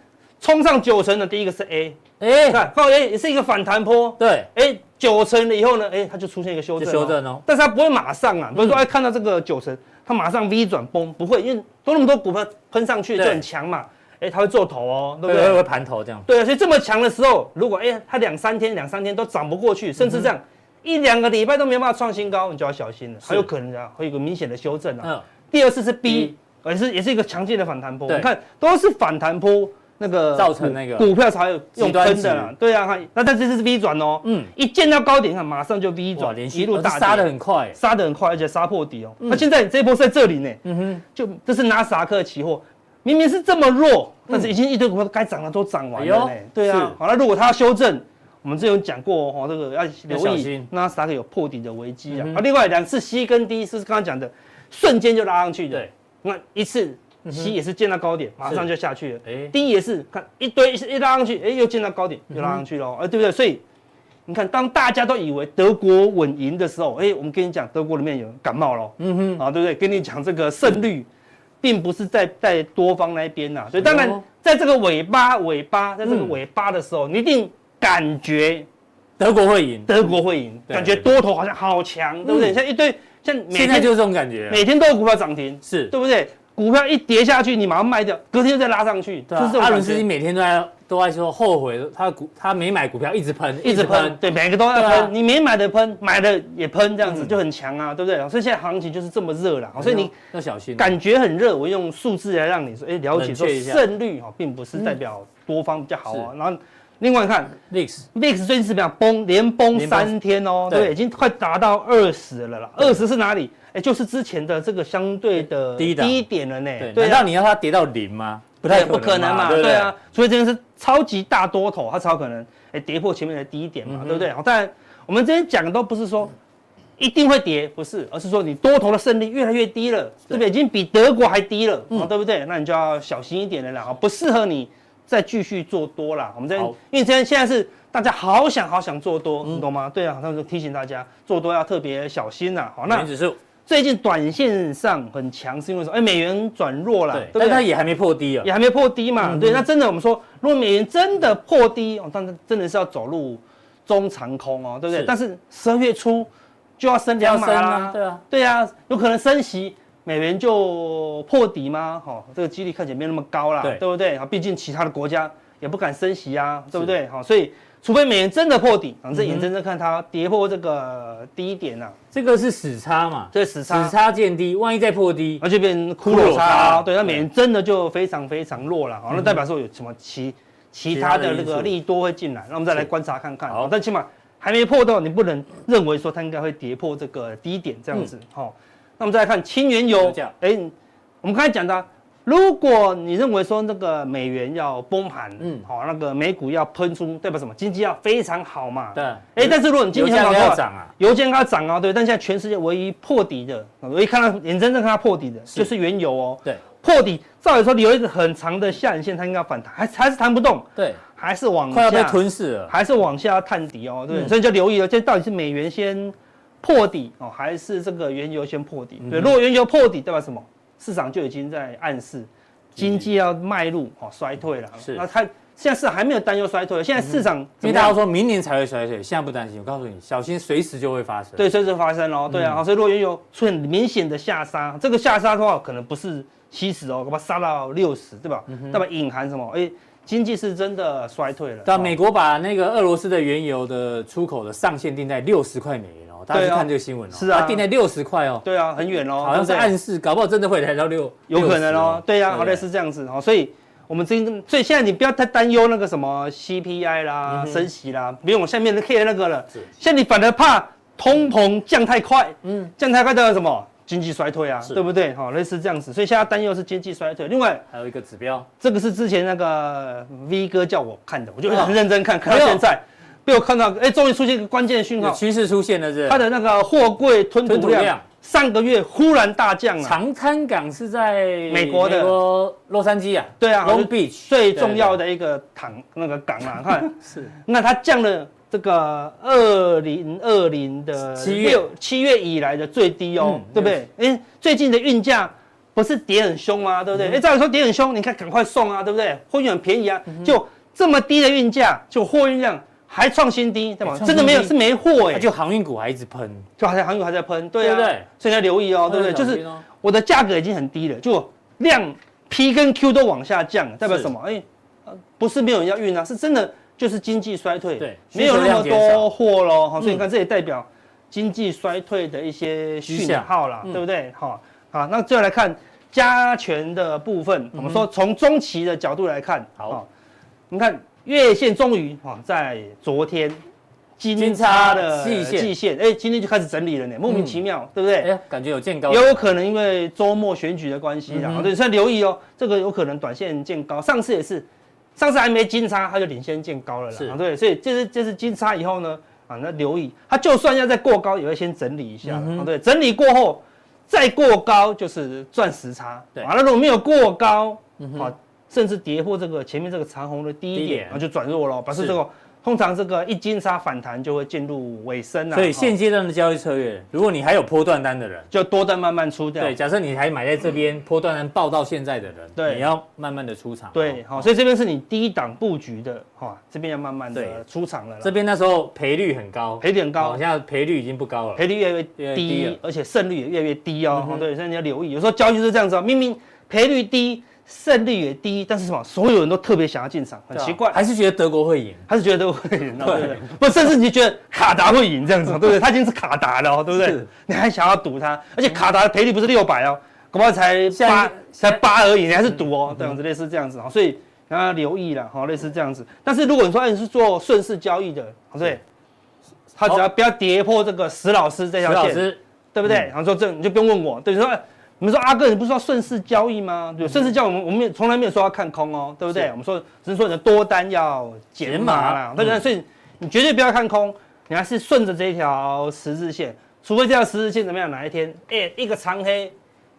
Speaker 1: 冲上九成的第一个是 A，
Speaker 2: 哎，
Speaker 1: 看后 A 也是一个反弹坡，
Speaker 2: 对，
Speaker 1: 哎，九成了以后呢，哎，它就出现一个修正、
Speaker 2: 就修正哦嗯
Speaker 1: 但是它不会马上啊，不是说哎看到这个九成，它马上 V 转崩，不会，因为都那么多股票喷上去就
Speaker 2: 对
Speaker 1: 很强嘛，哎，它会做头哦，对
Speaker 2: 会
Speaker 1: 不
Speaker 2: 会
Speaker 1: 对？
Speaker 2: 会盘头这样。
Speaker 1: 对啊，所以这么强的时候，如果哎它两三天两三天都涨不过去，甚至这
Speaker 2: 嗯
Speaker 1: 样。一两个礼拜都没办法创新高，你就要小心了，还有可能啊，会有一个明显的修正啊。
Speaker 2: 嗯，
Speaker 1: 第二次是 B，
Speaker 2: B
Speaker 1: 也是也是一个强劲的反弹波。
Speaker 2: 对
Speaker 1: 你看，都是反弹波那个
Speaker 2: 造成那个
Speaker 1: 股股票才有用
Speaker 2: 极端
Speaker 1: 喷的啦。对啊，看那但这次是 V 转哦，
Speaker 2: 嗯
Speaker 1: 一见到高点，看马上就 V
Speaker 2: 哇，
Speaker 1: 转，
Speaker 2: 连续
Speaker 1: 一路大
Speaker 2: 哦杀的
Speaker 1: 跌，
Speaker 2: 很嗯快。
Speaker 1: 杀的很快，而且杀破底哦。那现在这一波是在这里呢，
Speaker 2: 嗯哼，
Speaker 1: 就这是纳斯达克期货，明明是这么弱，但是已经一堆股票该涨的都涨完了呢
Speaker 2: 嗯哎呦。
Speaker 1: 对啊
Speaker 2: 是，
Speaker 1: 好，那如果它要修正。我们之前有讲过哦，这个要留
Speaker 2: 小
Speaker 1: 意
Speaker 2: 心
Speaker 1: 纳斯达克有破底的危机啊
Speaker 2: 嗯。哼
Speaker 1: 啊，另外两次 C 跟 D 是刚刚讲的，瞬间就拉上去的。
Speaker 2: 对，
Speaker 1: 那一次 C 也是见到高点，
Speaker 2: 嗯
Speaker 1: 马上就下去了。
Speaker 2: 哎，
Speaker 1: D 也是看一堆一一拉上去，哎，又见到高点，
Speaker 2: 嗯
Speaker 1: 又拉上去喽，哎，对不对？所以你看，当大家都以为德国稳赢的时候，哎，我们跟你讲，德国里面有人感冒喽，
Speaker 2: 嗯哼，
Speaker 1: 啊，对不对？跟你讲这个胜率，并不是在在多方那边呐、所以当
Speaker 2: 哎
Speaker 1: 然
Speaker 2: 呦，
Speaker 1: 在这个尾巴尾巴，在这个
Speaker 2: 嗯
Speaker 1: 尾巴的时候，你一定感觉
Speaker 2: 德国会赢。
Speaker 1: 德国会赢，
Speaker 2: 嗯对嗯
Speaker 1: 感觉多头好像好强，对不对？像一堆像每
Speaker 2: 现在
Speaker 1: 天
Speaker 2: 就是这种感觉。啊
Speaker 1: 每天都有股票涨停，
Speaker 2: 是，
Speaker 1: 对不对？股票一跌下去，你马上卖掉，隔天又再拉上去，
Speaker 2: 对
Speaker 1: 就是
Speaker 2: 啊
Speaker 1: 这种
Speaker 2: 阿
Speaker 1: 感
Speaker 2: 伦斯基
Speaker 1: 觉。
Speaker 2: 每天都在都在说后悔，他的股他没买股票，一直喷，
Speaker 1: 一直喷，，对，每个都在
Speaker 2: 对啊嗯
Speaker 1: 喷，你没买的喷，买的也喷，这样子就很强啊，对不对？所以现在行情就是这么热啦，所以你
Speaker 2: 要小心。啊
Speaker 1: 感觉很热，我用数字来让你说，哎，了解说
Speaker 2: 冷却一下嗯
Speaker 1: 胜率哈，并不是代表多方比较好哦。然后另外看
Speaker 2: Lex
Speaker 1: VIX 最近是比较崩，连崩
Speaker 2: 连崩
Speaker 1: 三天哦，
Speaker 2: 对
Speaker 1: 对，已经快达到二十了啦。二十是哪里？哎，就是之前的这个相对的
Speaker 2: 低档
Speaker 1: 低点了呢。啊
Speaker 2: 对，难道你要它跌到零吗？不太
Speaker 1: 不可能嘛，
Speaker 2: 对不
Speaker 1: 对
Speaker 2: 对
Speaker 1: 啊，，所以这个是超级大多头，它才有可能哎跌破前面的低
Speaker 2: 嗯
Speaker 1: 点嘛，对不对？好，当然我们这边讲的都不是说一定会跌，不是，而是说你多头的胜率越来越低了，对不对？已经比德国还低了，
Speaker 2: 嗯
Speaker 1: 哦对不对？那你就要小心一点了啦，好不适合你再继续做多啦。我们这边
Speaker 2: 好
Speaker 1: 因为这边现在是大家好想好想做多，你懂
Speaker 2: 嗯
Speaker 1: 吗？对啊，他们就提醒大家做多要特别小心啦。好，
Speaker 2: 美
Speaker 1: 那
Speaker 2: 元指数
Speaker 1: 最近短线上很强是因为什么？哎，美元转弱啦，
Speaker 2: 对
Speaker 1: 对，不
Speaker 2: 但
Speaker 1: 对？
Speaker 2: 它也还没破低啊
Speaker 1: 也。还没破低嘛。对，那真的我们说，如果美元真的破低，哦，但是真的是要走入中长空哦，对不对？
Speaker 2: 是
Speaker 1: 但是十二月初就要升两码
Speaker 2: 就要升
Speaker 1: 啦
Speaker 2: 啊，对啊，
Speaker 1: 对啊，有可能升息。美元就破底吗？哈、这个几率看起来没那么高啦，
Speaker 2: 对
Speaker 1: 不对？啊，毕竟其他的国家也不敢升息啊，对不对？好、所以除非美元真的破底，
Speaker 2: 嗯
Speaker 1: 反正眼睁睁看它跌破这个低点啊，
Speaker 2: 这个是死叉嘛，
Speaker 1: 这死
Speaker 2: 死
Speaker 1: 叉，
Speaker 2: 叉见低，万一再破低，
Speaker 1: 而且变成骷
Speaker 3: 骷
Speaker 1: 髅
Speaker 3: 髅
Speaker 1: 叉，
Speaker 3: 叉
Speaker 1: 对，那美元真的就非常非常弱了，好，哦那代表说有什么其其他的那
Speaker 2: 嗯其他的因
Speaker 1: 个
Speaker 2: 素
Speaker 1: 利多会进来，那我们再来观察看看，
Speaker 2: 好
Speaker 1: 好，但起码还没破到，你不能认为说它应该会跌破这个低点这样子，好，那我们再来看清原油
Speaker 2: 油嗯价，
Speaker 1: 哎，我们刚才讲的啊。如果你认为说那个美元要崩盘，嗯
Speaker 2: 嗯，
Speaker 1: 好、那个美股要喷出，代表什么？经济要非常好嘛，
Speaker 2: 对，
Speaker 1: 哎、但是如果你今
Speaker 2: 油
Speaker 1: 天
Speaker 2: 价
Speaker 1: 很好
Speaker 2: 不
Speaker 1: 的
Speaker 2: 要
Speaker 1: 话，
Speaker 2: 涨啊，
Speaker 1: 油价它涨啊，对，但现在全世界唯一破底的，唯一看到眼睁睁看它破底的，
Speaker 2: 是
Speaker 1: 就是原油哦。
Speaker 2: 对
Speaker 1: 破底，照理说留一个很长的下影线，它应该反弹，还还是弹不动，
Speaker 2: 对，
Speaker 1: 还是往
Speaker 2: 快要
Speaker 1: 嗯
Speaker 2: 被
Speaker 1: 下，
Speaker 2: 吞噬了，
Speaker 1: 还是往下探底哦，对，
Speaker 2: 嗯
Speaker 1: 所以就留意了，这到底是美元先破底哦，还是这个原油先破
Speaker 2: 嗯
Speaker 1: 底？对，如果原油破底，代表什么？市场就已经在暗示经济要迈入哦衰退了。
Speaker 2: 嗯是嗯
Speaker 1: 那它现在市场还没有担忧衰退，现在市场
Speaker 2: 因
Speaker 1: 怎
Speaker 2: 为
Speaker 1: 么
Speaker 2: 大
Speaker 1: 样
Speaker 2: 家都说明年才会衰退，现在不担心，我告诉你，小心随时就会发生。
Speaker 1: 对，随时发生
Speaker 2: 嗯
Speaker 1: 哦，对啊，好所以如果原油出现明显的下杀，这个下杀的话，可能不是七十哦，恐怕杀到六十，对吧？
Speaker 2: 嗯
Speaker 1: 那么隐含什么？哎，经济是真的衰退了。
Speaker 2: 但
Speaker 1: 哦
Speaker 2: 美国把那个俄罗斯的原油的出口的上限定在六十块美元哦，大家
Speaker 1: 对
Speaker 2: 去
Speaker 1: 啊
Speaker 2: 看这个新闻哦，
Speaker 1: 是啊
Speaker 2: 它定在六十块哦，
Speaker 1: 对啊，很远哦，
Speaker 2: 好像是
Speaker 1: 对不对
Speaker 2: 暗示，搞不好真的会来到六，
Speaker 1: 有可能哦
Speaker 2: 60，
Speaker 1: 对啊，好类似这样子哦，所以。我们今所以现在你不要太担忧那个什么 CPI 啦、
Speaker 2: 嗯
Speaker 1: 升息啦，不用我下面的 care 那个了。现在你反而怕通膨降太快，嗯，降太快代表什么？经济衰退啊，对不对？好、类似这样子，所以现在担忧是经济衰退。另外，
Speaker 2: 还有一个指标，
Speaker 1: 这个是之前那个 V 哥叫我看的，我就
Speaker 2: 啊
Speaker 1: 很认真看，看到现在被我看到，哎，终于出现一个关键讯
Speaker 2: 有
Speaker 1: 号，
Speaker 2: 趋势出现了是
Speaker 1: 它的那个货柜吞
Speaker 2: 吞
Speaker 1: 吐
Speaker 2: 吐
Speaker 1: 量
Speaker 2: 量
Speaker 1: 上个月忽然大降啊，
Speaker 2: 长滩港是在
Speaker 1: 美国的
Speaker 2: 美国洛杉矶啊，
Speaker 1: 对啊
Speaker 2: Long Beach
Speaker 1: 最重要的一个港那个港啊，看，
Speaker 2: 是
Speaker 1: 那它降了这个二零二零的
Speaker 2: 七月
Speaker 1: 六七月以来的最低哦
Speaker 2: 嗯，
Speaker 1: 对不对？哎，最近的运价。不是跌很凶吗？
Speaker 2: 嗯
Speaker 1: 对不对？哎，照理说跌很凶，你看赶快送啊，对不对？货运很便宜啊，
Speaker 2: 嗯
Speaker 1: 就这么低的运价，就货运量还创新低，对吧
Speaker 2: 哎？创
Speaker 1: 真的没有
Speaker 2: 新低
Speaker 1: 是没货哎，
Speaker 2: 它就航运股还一直喷，
Speaker 1: 就还在航运还在喷，对啊，
Speaker 2: 对不对
Speaker 1: 所以你要留意哦，对不对？
Speaker 2: 小
Speaker 1: 就
Speaker 2: 心
Speaker 1: 是
Speaker 2: 哦
Speaker 1: 我的价格已经很低了，就量 P 跟 Q 都往下降了，代表
Speaker 2: 是
Speaker 1: 什么？哎，呃不是没有人要运啊，是真的就是经济衰退，
Speaker 2: 对
Speaker 1: 没有
Speaker 2: 需求
Speaker 1: 那么
Speaker 2: 量减少
Speaker 1: 多货喽。好，所以你看这也代表经济衰退的一些
Speaker 2: 迹
Speaker 1: 讯
Speaker 2: 象
Speaker 1: 号啦，
Speaker 2: 嗯
Speaker 1: 对不对？好，好，那最后来看加权的部分，我们说从中期的角度来看，
Speaker 2: 嗯好
Speaker 1: 哦，你看月线终于哈在昨天。金
Speaker 2: 金
Speaker 1: 叉
Speaker 2: 叉
Speaker 1: 的
Speaker 2: 季线
Speaker 1: 季线，哎、今天就开始整理了呢，莫名其妙，对不对？
Speaker 2: 哎呀，感觉有见高，
Speaker 1: 也有可能因为周末选举的关系啦，
Speaker 2: 嗯
Speaker 1: 后
Speaker 2: 哼
Speaker 1: 对，所以留意哦，这个有可能短线见高。上次也是，上次还没金叉，它就领先见高了
Speaker 2: 是
Speaker 1: 啦，对，所以这是这是金叉以后呢，啊，那留意，它就算要再过高，也会先整理一下啦，
Speaker 2: 嗯哼
Speaker 1: 对，整理过后再过高就是钻石叉，
Speaker 2: 对嗯
Speaker 1: 啊，那如果没有过高，
Speaker 2: 哼
Speaker 1: 好、甚至跌破这个前面这个长红的低点，
Speaker 2: 低点
Speaker 1: 然后就转弱了，表示
Speaker 2: 是
Speaker 1: 这个通常这个一金叉反弹就会进入尾声啦，
Speaker 2: 所以
Speaker 1: 哈
Speaker 2: 现阶段的交易策略，如果你还有波段单的人。
Speaker 1: 就多单慢慢出掉，
Speaker 2: 对，假设你还买在这边波段能报到现在的人，
Speaker 1: 对
Speaker 2: 你要慢慢的出场。
Speaker 1: 对，好、
Speaker 2: 哦
Speaker 1: 所以这边是你低档布局的哈、这边要慢慢的
Speaker 2: 对
Speaker 1: 出场了啦，
Speaker 2: 这边那时候赔率很高，
Speaker 1: 赔点高
Speaker 2: 哦，现在赔率已经不高了。
Speaker 1: 赔率越来
Speaker 2: 越
Speaker 1: 越
Speaker 2: 来越
Speaker 1: 低，
Speaker 2: 低了嗯
Speaker 1: 而且胜率也越来越低哦、哦对，所以你要留意，有时候交易就是这样子哦，明明赔率低，胜率也低，但是什么，所有人都特别想要进场，很
Speaker 2: 对啊
Speaker 1: 奇怪。
Speaker 2: 还是觉得德国会赢。
Speaker 1: 他是觉得会赢哦，对不对？不，甚至你觉得卡达会赢这样子哦，对不对？他已经是卡达了哦，对不对
Speaker 2: 是？
Speaker 1: 你还想要赌他，而且卡达的赔率不是六百哦，恐怕才
Speaker 2: 现在
Speaker 1: 八才
Speaker 2: 现在嗯
Speaker 1: 八而已，你还是赌哦，这样子类似这样子哦，所以大家留意了哈，类似这样子。但是如果你说哎你是做顺势交易的，哦对，他只要不要跌破这个石老师这
Speaker 2: 徐
Speaker 1: 条
Speaker 2: 老
Speaker 1: 线，
Speaker 2: 师，
Speaker 1: 对不对？然后说这你就不用问我，对，你说哎你们说阿哥，你不是说顺势交易吗？对，顺势交易，我们我们也从来没有说要看空哦，对不对？
Speaker 2: 是
Speaker 1: 我们说只是说你的多单要减码啦，
Speaker 2: 减码
Speaker 1: 对不对？所以你绝对不要看空，你还是顺着这一条十字线，除非这条十字线怎么样，哪一天哎一个长黑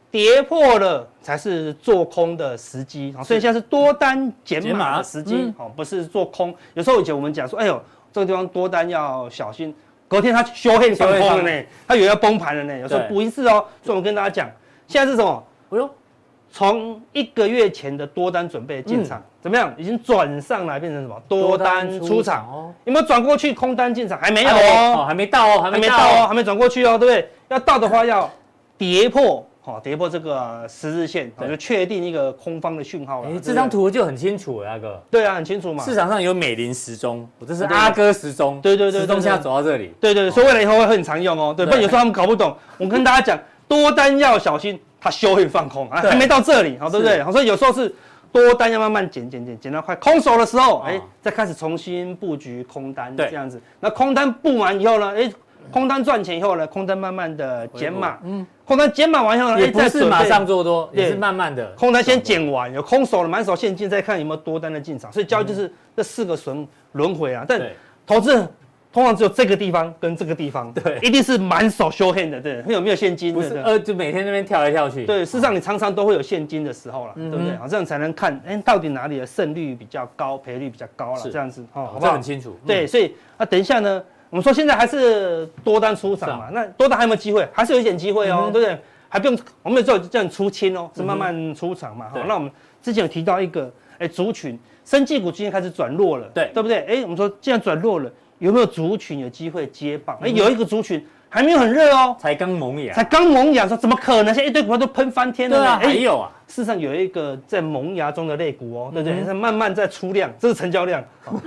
Speaker 1: 跌破了才是做空的时机，好所以现在是多单减
Speaker 2: 减
Speaker 1: 码
Speaker 2: 码
Speaker 1: 的时机
Speaker 2: 嗯，
Speaker 1: 哦，不是做空。有时候以前我们讲说，哎呦，这个地方多单要小心，隔天它修黑放空了
Speaker 2: 修黑
Speaker 1: 呢，哎它以为要崩盘了呢，有时候
Speaker 2: 对
Speaker 1: 补一次哦。所以我跟大家讲，现在是什么？
Speaker 2: 哎呦，
Speaker 1: 从一个月前的多单准备进场，
Speaker 2: 嗯
Speaker 1: 怎么样？已经转上来变成什么？多单出场。
Speaker 2: 哦，
Speaker 1: 有没有转过去空单进场？还没有
Speaker 2: 还没
Speaker 1: 哦
Speaker 2: 哦，，还没到哦，还
Speaker 1: 还
Speaker 2: 没
Speaker 1: 没
Speaker 2: 到
Speaker 1: 到哦，
Speaker 2: 哦，
Speaker 1: 还没转过去哦，对不对？要到的话要跌破好跌破这个十日线，好
Speaker 2: 对
Speaker 1: 就确定一个空方的讯号了。
Speaker 2: 哎，
Speaker 1: 对不
Speaker 2: 这
Speaker 1: 对
Speaker 2: 张图就很清楚了，阿哥。
Speaker 1: 对啊，很清楚嘛。
Speaker 2: 市场上有美林时钟，我这是
Speaker 1: 对对
Speaker 2: 阿哥时钟，
Speaker 1: 对对对对
Speaker 2: 时钟
Speaker 1: 对
Speaker 2: 现在走到这里，
Speaker 1: 对对对，所以未来以后会很常用哦。对，不
Speaker 2: 哦对
Speaker 1: 然有时候他们搞不懂。我跟大家讲，多单要小心，它修会放空，啊
Speaker 2: 对
Speaker 1: 还没到这里，好，对不
Speaker 2: 是
Speaker 1: 对？好，所以有时候是多单要慢慢减减减减到快空手的时候，
Speaker 2: 啊
Speaker 1: 哎，再开始重新布局空单，
Speaker 2: 对
Speaker 1: 这样子。那空单布完以后呢，哎，空单赚钱以后呢，空单慢慢的减码，嗯，空单减码完以后呢，
Speaker 2: 也
Speaker 1: 哎
Speaker 2: 不
Speaker 1: 再
Speaker 2: 是
Speaker 1: 准
Speaker 2: 马
Speaker 1: 备
Speaker 2: 上做多，
Speaker 1: 对
Speaker 2: 也是慢慢的。
Speaker 1: 空单先减完，有空手的满手现金，再看有没有多单的进场。所以交易就是这四个轮轮回啊。但
Speaker 2: 对
Speaker 1: 投资人通常只有这个地方跟这个地方，
Speaker 2: 对
Speaker 1: 一定是满手 show hand 的，对，有没有现金
Speaker 2: 不
Speaker 1: 的？
Speaker 2: 是
Speaker 1: 对
Speaker 2: 呃，就每天那边跳来跳去。
Speaker 1: 对，事实上你常常都会有现金的时候了，对不对？
Speaker 2: 嗯
Speaker 1: 好，这样才能看，哎，到底哪里的胜率比较高，赔率比较高了，
Speaker 2: 是
Speaker 1: 这样子，哦，好
Speaker 2: 哦，
Speaker 1: 不
Speaker 2: 这
Speaker 1: 好
Speaker 2: 很？清楚。嗯，
Speaker 1: 对，所以啊，等一下呢，我们说现在还是多单出场嘛，那多单还有没有机会？还是有一点机会
Speaker 2: 啊嗯
Speaker 1: 哦
Speaker 2: 哼，嗯
Speaker 1: 对不对？还不用，我们有时候这样出清哦，是慢慢出场嘛。好
Speaker 2: 对，
Speaker 1: 那我们之前有提到一个，哎，族群，生技股今天开始转弱了，
Speaker 2: 对
Speaker 1: 对不对？哎，我们说既然转弱了，有没有族群有机会接棒？
Speaker 2: 嗯
Speaker 1: 哎，有一个族群还没有很热哦。
Speaker 2: 才刚萌芽
Speaker 1: 才。刚萌芽，说怎么可能？现在一堆股票都喷翻天
Speaker 2: 啊对
Speaker 1: 了呢。
Speaker 2: 啊，还
Speaker 1: 哎，
Speaker 2: 有啊，
Speaker 1: 事实上有一个在萌芽中的类股哦，对
Speaker 2: 嗯
Speaker 1: 不对？它慢慢在出量，这是成交量，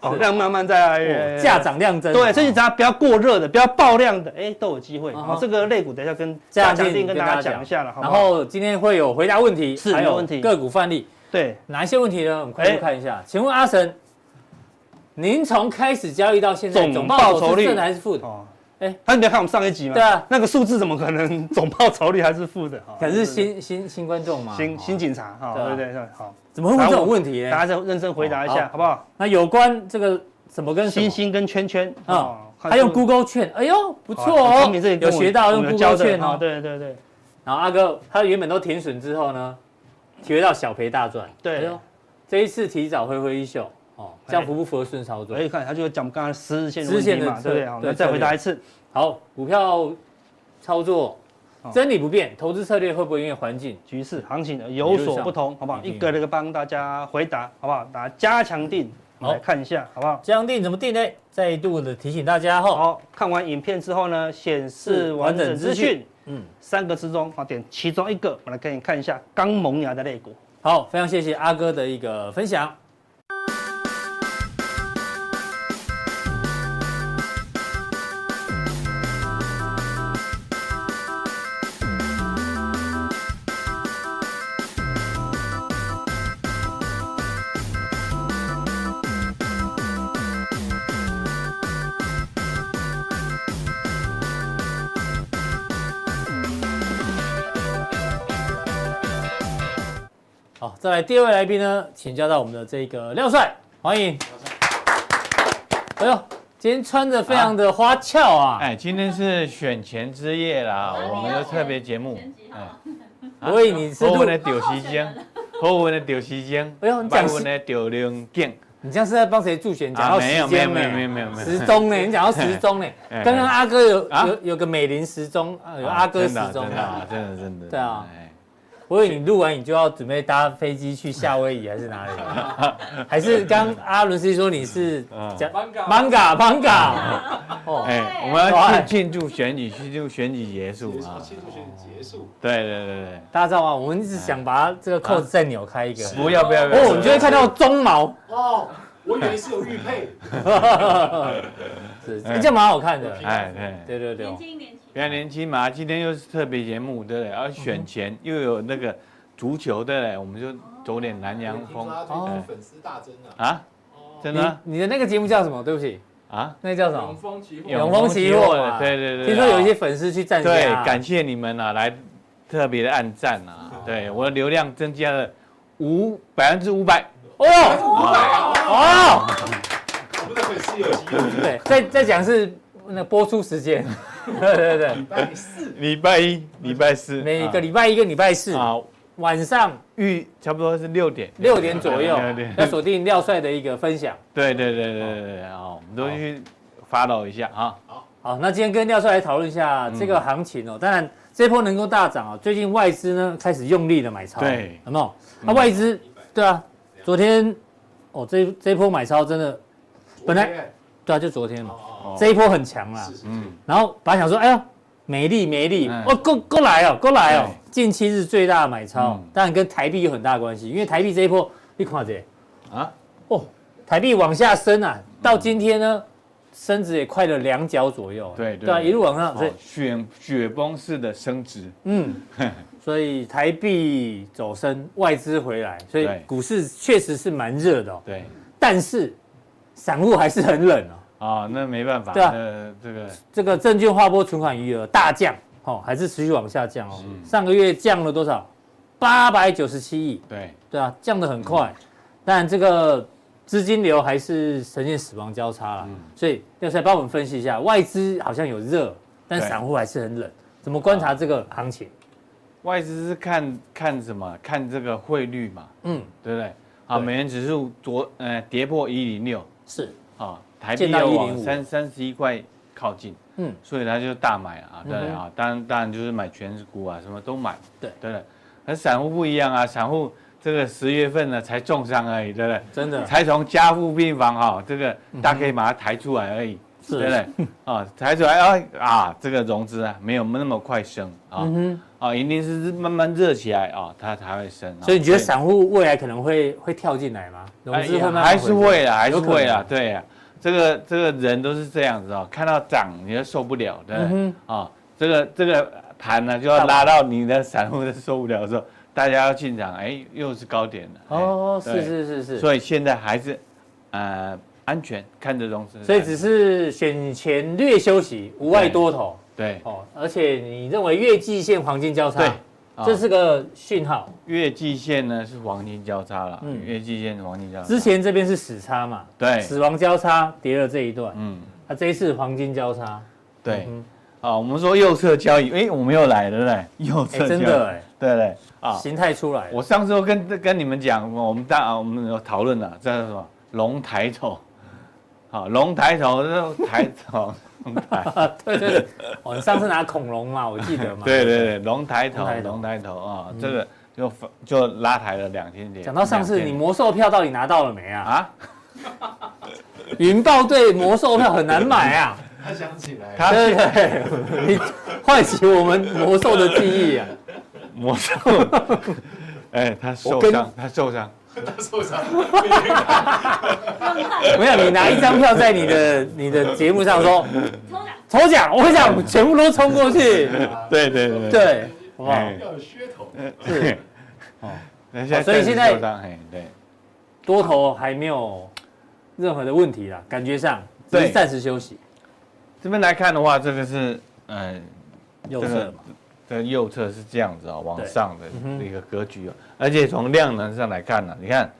Speaker 1: 哦，量慢慢在哎
Speaker 2: 哦价。涨量增。
Speaker 1: 对，所以只要不要过热的，不要爆量的，哎，都有机会。
Speaker 2: 嗯
Speaker 1: 好，
Speaker 2: 哼
Speaker 1: 这个类股等一下跟
Speaker 2: 这
Speaker 1: 加
Speaker 2: 样
Speaker 1: 强
Speaker 2: 定
Speaker 1: 定跟大家讲一下了，好不
Speaker 2: 然
Speaker 1: 好？
Speaker 2: 后今天会有回答问题，
Speaker 1: 是
Speaker 2: 还
Speaker 1: 没
Speaker 2: 有
Speaker 1: 问题
Speaker 2: 个股范例，
Speaker 1: 对，
Speaker 2: 哪一些问题呢？我们快速
Speaker 1: 哎
Speaker 2: 看一下。请问阿神，您从开始交易到现在，
Speaker 1: 总
Speaker 2: 总
Speaker 1: 报
Speaker 2: 报酬
Speaker 1: 酬
Speaker 2: 是
Speaker 1: 率
Speaker 2: 正还是负的？
Speaker 1: 哦，
Speaker 2: 哎
Speaker 1: 哎，他你不要看我们上一集嘛，
Speaker 2: 对啊，
Speaker 1: 那个数字怎么可能总报酬率还是负的？哈
Speaker 2: 可是
Speaker 1: 对
Speaker 2: 新新新观众嘛，
Speaker 1: 新
Speaker 2: 哦
Speaker 1: 新警察哈，
Speaker 2: 对啊
Speaker 1: 对不对？对好，
Speaker 2: 怎么会问这种问题
Speaker 1: 大家
Speaker 2: 呢？
Speaker 1: 再认真回答一
Speaker 2: 哦
Speaker 1: 下，好不好？
Speaker 2: 那有关这个什么跟什么
Speaker 1: 星星跟圈圈
Speaker 2: 啊
Speaker 1: 哦，看
Speaker 2: 还用
Speaker 1: 出
Speaker 2: Google 券，哎呦不
Speaker 1: 好
Speaker 2: 错
Speaker 1: 啊很聪
Speaker 2: 哦
Speaker 1: 明这里，跟
Speaker 2: 有
Speaker 1: 我
Speaker 2: 学到
Speaker 1: 我
Speaker 2: 用
Speaker 1: 们有教
Speaker 2: Google
Speaker 1: 的
Speaker 2: 券哦。
Speaker 1: 对对对
Speaker 2: 然后阿哥他原本都停损之后呢，体会到小赔大赚，
Speaker 1: 对
Speaker 2: 哎呦，这一次提早挥挥衣袖哦，这样
Speaker 1: 哎
Speaker 2: 符不符合顺操作
Speaker 1: 所？以看他就讲我们刚才十日线的
Speaker 2: 十日
Speaker 1: 问题
Speaker 2: 线
Speaker 1: 嘛，
Speaker 2: 的
Speaker 1: 对不对？
Speaker 2: 策
Speaker 1: 好，
Speaker 2: 对
Speaker 1: 那再回答一次，
Speaker 2: 好，股票操作
Speaker 1: 哦
Speaker 2: 真理不变，投资策略会不会因为环境？
Speaker 1: 局势行情有所不同，好不好？
Speaker 2: 一定
Speaker 1: 一个一个帮大家回答，好不好？打加强定
Speaker 2: 好
Speaker 1: 来看一下，好不好？
Speaker 2: 将定怎么定呢？再度的提醒大家哈，
Speaker 1: 好，看完影片之后呢，显
Speaker 2: 是
Speaker 1: 示
Speaker 2: 完
Speaker 1: 完
Speaker 2: 整
Speaker 1: 整
Speaker 2: 资
Speaker 1: 资
Speaker 2: 讯
Speaker 1: 讯
Speaker 2: 嗯，
Speaker 1: 三个之中，好点其中一个，我来给你看一下刚萌芽的肋骨。
Speaker 2: 好，非常谢谢阿哥的一个分享。好，再来第二位来宾呢，请教到我们的这个廖帅，欢迎。哎呦，今天穿的非常的花俏啊！
Speaker 3: 哎，今天是选前之夜啦，我们的特别节目。哎，
Speaker 2: 我以为你是
Speaker 3: 侯
Speaker 2: 录
Speaker 3: 文，的丢西间，侯文的丢西间，
Speaker 2: 哎呦你讲
Speaker 3: 白文的丢零件。
Speaker 2: 你这样是在帮谁助选？讲到时
Speaker 3: 啊没有没
Speaker 2: 间
Speaker 3: 有没有
Speaker 2: 呢
Speaker 3: 没有没有没有
Speaker 2: 时钟呢？你讲到时钟呢？
Speaker 3: 哎哎
Speaker 2: 刚刚阿哥有
Speaker 3: 啊
Speaker 2: 有有个美林时钟，啊有阿哥时
Speaker 3: 啊真
Speaker 2: 钟
Speaker 3: 的
Speaker 2: 啊。
Speaker 3: 啊真的啊真的真的。
Speaker 2: 对啊
Speaker 3: 哎，
Speaker 2: 我以为你录完你就要准备搭飞机去夏威夷还是哪里？ 还是刚阿伦斯基说你是
Speaker 3: 嗯
Speaker 2: 讲 manga manga 哦，
Speaker 3: 哎，
Speaker 2: 好
Speaker 3: 我
Speaker 2: 哎
Speaker 3: 们要庆庆祝选举，庆祝选举结束啊！
Speaker 4: 庆祝选举结束，
Speaker 3: 对对对对，
Speaker 2: 大家知道吗？我们一直想把它这个扣子再扭开一个。
Speaker 3: 不要不要不要！
Speaker 2: 哦，你就会看到鬃毛，
Speaker 4: 哦，我以为是有玉佩，
Speaker 2: 是这样蛮好看的。
Speaker 3: 哎对。
Speaker 2: 对对对
Speaker 5: 年
Speaker 2: 哦，
Speaker 5: 轻年轻，
Speaker 3: 比较年轻嘛，今天又是特别节目，对不对？而选前又有那个足球，对不对？我们就走点南洋风
Speaker 4: 哦，粉丝大增
Speaker 2: 哎
Speaker 4: 啊，
Speaker 3: 啊，真的啊
Speaker 2: 你你的那个节目叫什么？对不起，
Speaker 3: 啊，
Speaker 2: 那个叫什么？
Speaker 4: 风起
Speaker 2: 永丰期货嘛
Speaker 3: 对对对。
Speaker 2: 听说有一些粉丝去站
Speaker 3: 对，
Speaker 2: 家，
Speaker 3: 感谢你们啊，来特别的暗赞啊，对我的流量增加了五百分之五百，
Speaker 2: 哦哦，
Speaker 4: 啊我们的粉丝有机会，
Speaker 2: 对，再再讲是那播出时间， 对对对，
Speaker 4: 拜四
Speaker 3: 礼拜一、礼拜四，
Speaker 2: 每个礼拜一跟礼拜四
Speaker 3: 啊，
Speaker 2: 晚上
Speaker 3: 预差不多是六点，
Speaker 2: 六点左右
Speaker 3: 六点，
Speaker 2: 要锁定廖帅的一个分享。
Speaker 3: 对对对对对对，啊，我们都去 follow 一下啊，
Speaker 2: 好，那今天跟廖帅来讨论一下
Speaker 3: 嗯
Speaker 2: 这个行情哦。当然，这波能够大涨啊，最近外资呢开始用力的买超，
Speaker 3: 对嗯
Speaker 2: 有没有？那外资对啊，昨天哦，这这波买超真的，本来对啊，就昨天嘛，
Speaker 4: 哦
Speaker 2: 这一波很强啦啊
Speaker 4: 是。是，
Speaker 3: 嗯，
Speaker 2: 然后本来想说，哎呀，美丽美丽
Speaker 3: 嗯，
Speaker 2: 哦，够够来哦，够来哦
Speaker 3: 对！
Speaker 2: 近期是最大的买超
Speaker 3: 嗯，
Speaker 2: 当然跟台币有很大关系，因为台币这一波，你看这，
Speaker 3: 啊，
Speaker 2: 哦，台币往下升
Speaker 3: 嗯
Speaker 2: 啊，到今天呢，升值也快了两角左右，
Speaker 3: 对对
Speaker 2: 对啊，一路往上，
Speaker 3: 哦
Speaker 2: 所以
Speaker 3: 雪雪崩式的升值，
Speaker 2: 嗯，所以台币走升，外资回来，所以
Speaker 3: 对
Speaker 2: 股市确实是蛮热的哦，
Speaker 3: 对
Speaker 2: 但是散户还是很冷哦。
Speaker 3: 啊，那没办法，
Speaker 2: 对啊
Speaker 3: 那这个
Speaker 2: 这个证券划拨存款余额大降，哦，还是持续往下降哦。上个月降了多少？八百九十七亿，
Speaker 3: 对
Speaker 2: 对啊，降得很快。
Speaker 3: 嗯
Speaker 2: 但这个资金流还是呈现死亡交叉
Speaker 3: 嗯
Speaker 2: 了，所以廖帅帮我们分析一下，外资好像有热，但
Speaker 3: 对啊
Speaker 2: 散户还是很冷，怎么观察这个行情？
Speaker 3: 外资是看看什么？看这个汇率嘛，
Speaker 2: 嗯，
Speaker 3: 对不对？啊，
Speaker 2: 对
Speaker 3: 美元指数昨呃跌破一零六，
Speaker 2: 是，
Speaker 3: 啊，台币
Speaker 2: 见到
Speaker 3: 要
Speaker 2: 105
Speaker 3: 往三三十一块靠近，
Speaker 2: 嗯，
Speaker 3: 所以他就大买啊，对
Speaker 2: 嗯哼
Speaker 3: 啊，当然当然就是买全股啊，什么都买，
Speaker 2: 对
Speaker 3: 对不对。而散户不一样啊，散户这个十月份呢才重伤而已，对不对？
Speaker 2: 真的
Speaker 3: 才从家护病房哈、这个大家可以把它抬出来而已，
Speaker 2: 是
Speaker 3: 对 不对？啊，抬出来啊啊，这个融资啊没有那么快升啊，
Speaker 2: 嗯
Speaker 3: 啊，一定是慢慢热起来啊，它才会升啊。
Speaker 2: 哼，所以你觉得
Speaker 3: 对哎
Speaker 2: 散户未来可能会会跳进来吗？融资会慢慢
Speaker 3: 还是
Speaker 2: 回
Speaker 3: 会啦，还是会
Speaker 2: 有可
Speaker 3: 啦
Speaker 2: 能，
Speaker 3: 对呀、这个这个人都是这样子哦，看到涨你就受不了的啊、
Speaker 2: 嗯
Speaker 3: 这个这个盘呢就要拉到你的 散户都受不了的时候，大家要进场，哎，又是高点了。哎
Speaker 2: 哦，是
Speaker 3: 对
Speaker 2: 是是是，
Speaker 3: 所以现在还是呃安全，看着融资。
Speaker 2: 所以只是选前略休息，无外多头
Speaker 3: 对
Speaker 2: 哦。而且你认为月季线黄金交叉，
Speaker 3: 对，啊
Speaker 2: 这是个讯号。
Speaker 3: 月季线呢是黄金交叉了，
Speaker 2: 嗯
Speaker 3: 月季线是黄金交叉。
Speaker 2: 之前这边是死叉嘛，
Speaker 3: 对
Speaker 2: 死亡交叉跌了这一段，
Speaker 3: 哎嗯
Speaker 2: 啊，这一次黄金交叉，
Speaker 3: 对。
Speaker 2: 嗯
Speaker 3: 啊，我们说右侧交易，哎，我们又来了，对不对？ 右
Speaker 2: 哎
Speaker 3: 侧交易，
Speaker 2: 真的哎
Speaker 3: 对不对啊，
Speaker 2: 形态出来了，
Speaker 3: 我上次都跟跟你们讲，我们大我们有讨论了，这叫什么龙抬头， 好龙抬头，这抬头，龙抬，
Speaker 2: 对对对，哦，你上次拿恐龙 嘛，我记得嘛，
Speaker 3: 对对对，龙抬
Speaker 2: 龙
Speaker 3: 头
Speaker 2: 抬，头嗯
Speaker 3: 龙抬头啊，这个就就拉抬了两千点。
Speaker 2: 讲到上次
Speaker 3: 两
Speaker 2: 你
Speaker 3: 千
Speaker 2: 魔兽票到底拿到了没啊？
Speaker 3: 啊，
Speaker 2: 云豹对魔兽票很难买啊，
Speaker 4: 他想起来，
Speaker 3: 他
Speaker 2: 对对对，你唤起我们魔兽的记忆啊。
Speaker 3: 魔 兽，哎，他受
Speaker 2: 我跟
Speaker 3: 伤，他受伤，
Speaker 4: 他 受伤，
Speaker 2: 没有，你拿一张票在你 的你的节目上说
Speaker 5: 抽奖
Speaker 2: 抽奖，我想全部都冲过去，
Speaker 3: 对对 对，
Speaker 2: 对，好不好
Speaker 3: 哎？
Speaker 4: 要有噱头。
Speaker 2: 是
Speaker 3: 哦那现在
Speaker 2: 所以现在
Speaker 3: 受伤，哎，对
Speaker 2: 多头还没有任何的问题啦，感觉上只是
Speaker 3: 对
Speaker 2: 暂时休息，
Speaker 3: 这边来看的话，这个是嗯。
Speaker 2: 右侧嘛，
Speaker 3: 这右侧是这样子啊、往
Speaker 2: 对
Speaker 3: 上的
Speaker 2: 嗯哼
Speaker 3: 一个格局、哦，而且从量能上来看呢、你看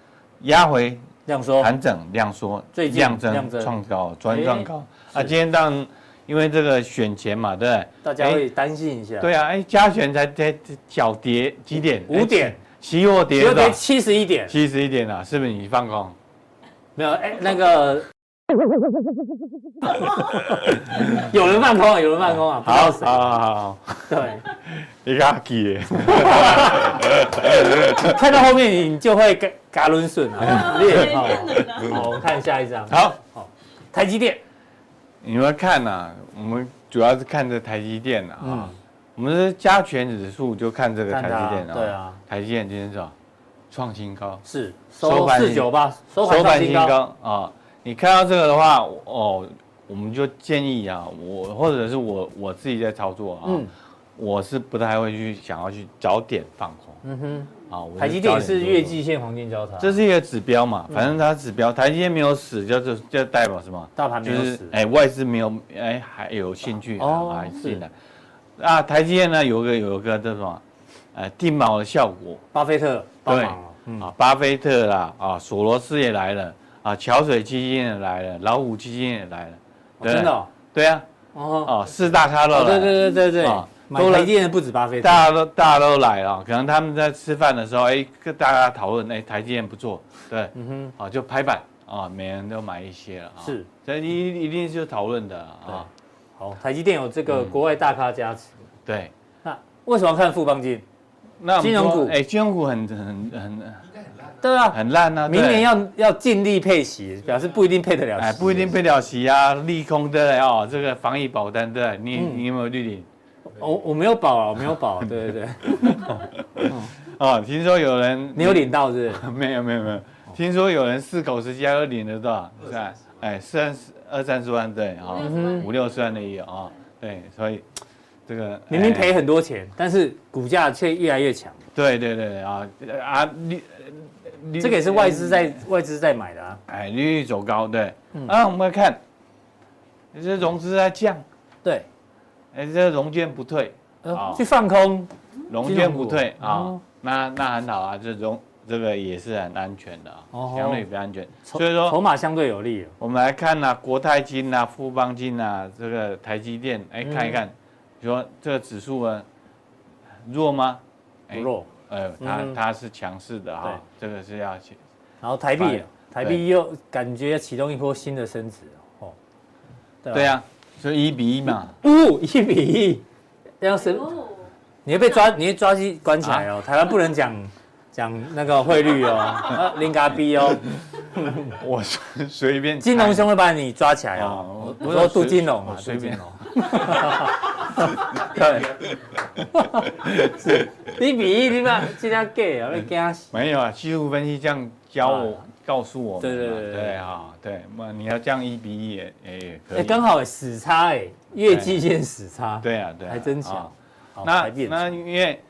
Speaker 3: 压回
Speaker 2: 这样说，
Speaker 3: 盘整量缩，
Speaker 2: 最近
Speaker 3: 量
Speaker 2: 量
Speaker 3: 增
Speaker 2: 增
Speaker 3: 创高，专创高
Speaker 2: 是
Speaker 3: 啊！今天当然因为这个选前嘛，对不对？
Speaker 2: 大家会担心一下。
Speaker 3: 对啊，哎，加权才才小跌几点？
Speaker 2: 五点
Speaker 3: 哎，期货跌
Speaker 2: 又
Speaker 3: 多
Speaker 2: 跌
Speaker 3: 少？
Speaker 2: 七十一点，
Speaker 3: 七十一点啊，是不是你放空？
Speaker 2: 没有，哎，那 个有人放空啊，有人放空啊，不知
Speaker 3: 好，
Speaker 2: 道
Speaker 3: 好，
Speaker 2: 谁，
Speaker 3: 好，好，好
Speaker 2: 对。
Speaker 3: 你个记的，
Speaker 2: 看到后面你就会嘎嘎抡顺 啊，
Speaker 5: 对
Speaker 2: 裂好，
Speaker 5: 变冷了
Speaker 2: 好，我们看下一张，
Speaker 3: 好，
Speaker 2: 台积电，
Speaker 3: 你们看呐、我们主要是看这台积电啊。
Speaker 2: 嗯，
Speaker 3: 我们是加权指数就看这个台
Speaker 2: 看它
Speaker 3: 积电啊，
Speaker 2: 对啊，
Speaker 3: 台积电今天是吧，创新高，
Speaker 2: 是
Speaker 3: 收
Speaker 2: 收
Speaker 3: 盘
Speaker 2: 四
Speaker 3: 新
Speaker 2: 九八，收盘创新高，
Speaker 3: 啊！你看到这个的话，哦，我们就建议啊，我或者是我我自己在操作啊，
Speaker 2: 嗯
Speaker 3: 我是不太会去想要去找点放空
Speaker 2: 嗯哼，
Speaker 3: 啊。我
Speaker 2: 台积电也
Speaker 3: 找
Speaker 2: 是
Speaker 3: 点做
Speaker 2: 月季线黄金交叉，
Speaker 3: 这是一个指标
Speaker 2: 嗯
Speaker 3: 嘛，反正它指标，台积电没有死，就就就代表什么？
Speaker 2: 大盘没有死
Speaker 3: 哎，外资没有，哎，还有兴趣
Speaker 2: 哦
Speaker 3: 啊，还进来。啊，台积电呢，有个有个叫什么？呃，定锚的效果
Speaker 2: 巴菲特帮忙哦，
Speaker 3: 啊，巴菲特啦，啊，索罗斯也来了，啊，桥水基金也来了，老虎基金也来了，
Speaker 2: 哦
Speaker 3: 对不对
Speaker 2: 真的哦，
Speaker 3: 对啊，
Speaker 2: 哦，
Speaker 3: 啊，四大咖都来
Speaker 2: 哦
Speaker 3: 了，
Speaker 2: 对对对对对
Speaker 3: 啊，
Speaker 2: 买
Speaker 3: 都来
Speaker 2: 台积电的不止巴菲特，
Speaker 3: 大家都大家都来了，可能他们在吃饭的时候，哎，跟大家讨论，哎，台积电不错，对，
Speaker 2: 嗯
Speaker 3: 啊，就拍板啊，每人都买一些了啊
Speaker 2: 哼，，是，
Speaker 3: 所以一一定是讨论的啊，
Speaker 2: 好，嗯台积电有这个国外大咖加持，
Speaker 3: 对，
Speaker 2: 那为什么要看富邦金？
Speaker 3: 那我们
Speaker 2: 金融
Speaker 3: 说
Speaker 2: 股
Speaker 3: 哎，金融股很很很
Speaker 4: 应该很烂啊。
Speaker 2: 对啊，
Speaker 3: 很烂啊，对哎
Speaker 2: 明年要要尽力配息，表示不一定配得了息，
Speaker 3: 哎，不一定配得了息啊，利空的哦，这个防疫保单的，你
Speaker 2: 嗯
Speaker 3: 你有没有绿领？
Speaker 2: 哦我我没有保啊，我没 有保，对对对，
Speaker 3: 哦，听说有人
Speaker 2: 你有领到是不
Speaker 3: 没有没有没有，听说有人四口十家都领了多少？是吧？哎，三十二三十万对啊，
Speaker 2: 嗯
Speaker 3: 五六十万的也有啊，对，所以这个
Speaker 2: 是？明明赔
Speaker 3: 哎
Speaker 2: 很多钱，但是股价却越来越强，
Speaker 3: 对对对对啊啊利利
Speaker 2: 这个也是外资嗯在外资在买的啊。
Speaker 3: 哎利率走高对，啊我们来看，这融资在降，
Speaker 2: 对，
Speaker 3: 哎这融券不退，
Speaker 2: 哎呦
Speaker 3: 哦
Speaker 2: 去放空，
Speaker 3: 融券不
Speaker 2: 金
Speaker 3: 退
Speaker 2: 融股
Speaker 3: 啊
Speaker 2: 哦，
Speaker 3: 那那很好啊，这融这个也是很安全的啊
Speaker 2: 哦，
Speaker 3: 相对比较安全，
Speaker 2: 筹
Speaker 3: 所以说
Speaker 2: 筹码相对有利了。
Speaker 3: 我们来看呐、国泰金呐、富邦金呐、这个台积电，哎，
Speaker 2: 嗯
Speaker 3: 看一看，你说这个指数啊弱吗？哎
Speaker 2: 不，弱，
Speaker 3: 呃，它
Speaker 2: 嗯
Speaker 3: 它是强势的哈，这个是要去
Speaker 2: 然后台币也
Speaker 3: 反
Speaker 2: 台币又感觉启动一波新的升值哦。对
Speaker 3: 对，啊，所以一比一嘛，
Speaker 2: 五一比一，要升，
Speaker 5: 哦，
Speaker 2: 你会被抓，你会抓去关起来哦。台湾不能讲 讲那个汇率哦，啊零嘎币哦，
Speaker 3: 我 随随便
Speaker 2: 金
Speaker 3: 猜
Speaker 2: 融兄会把你抓起来
Speaker 3: 哦
Speaker 2: 哦。
Speaker 3: 我
Speaker 2: 我
Speaker 3: 我
Speaker 2: 说杜金龙
Speaker 3: 我
Speaker 2: 嘛，杜
Speaker 3: 随
Speaker 2: 金
Speaker 3: 便
Speaker 2: 龙。 对，是一比一，你嘛尽量 g 啊，被惊死。
Speaker 3: 没有啊，技术分析这样教我告诉我
Speaker 2: 啊
Speaker 3: 们
Speaker 2: 对
Speaker 3: 嘛，
Speaker 2: 对对对
Speaker 3: 对啊，对，那你要这样一比一也也可
Speaker 2: 哎，
Speaker 3: 以，
Speaker 2: 刚好死叉哎，月季线死叉。
Speaker 3: 对啊对啊，
Speaker 2: 还真强
Speaker 3: 啊
Speaker 2: 好，
Speaker 3: 那
Speaker 2: 台币也
Speaker 3: 那
Speaker 2: 强
Speaker 3: 因为，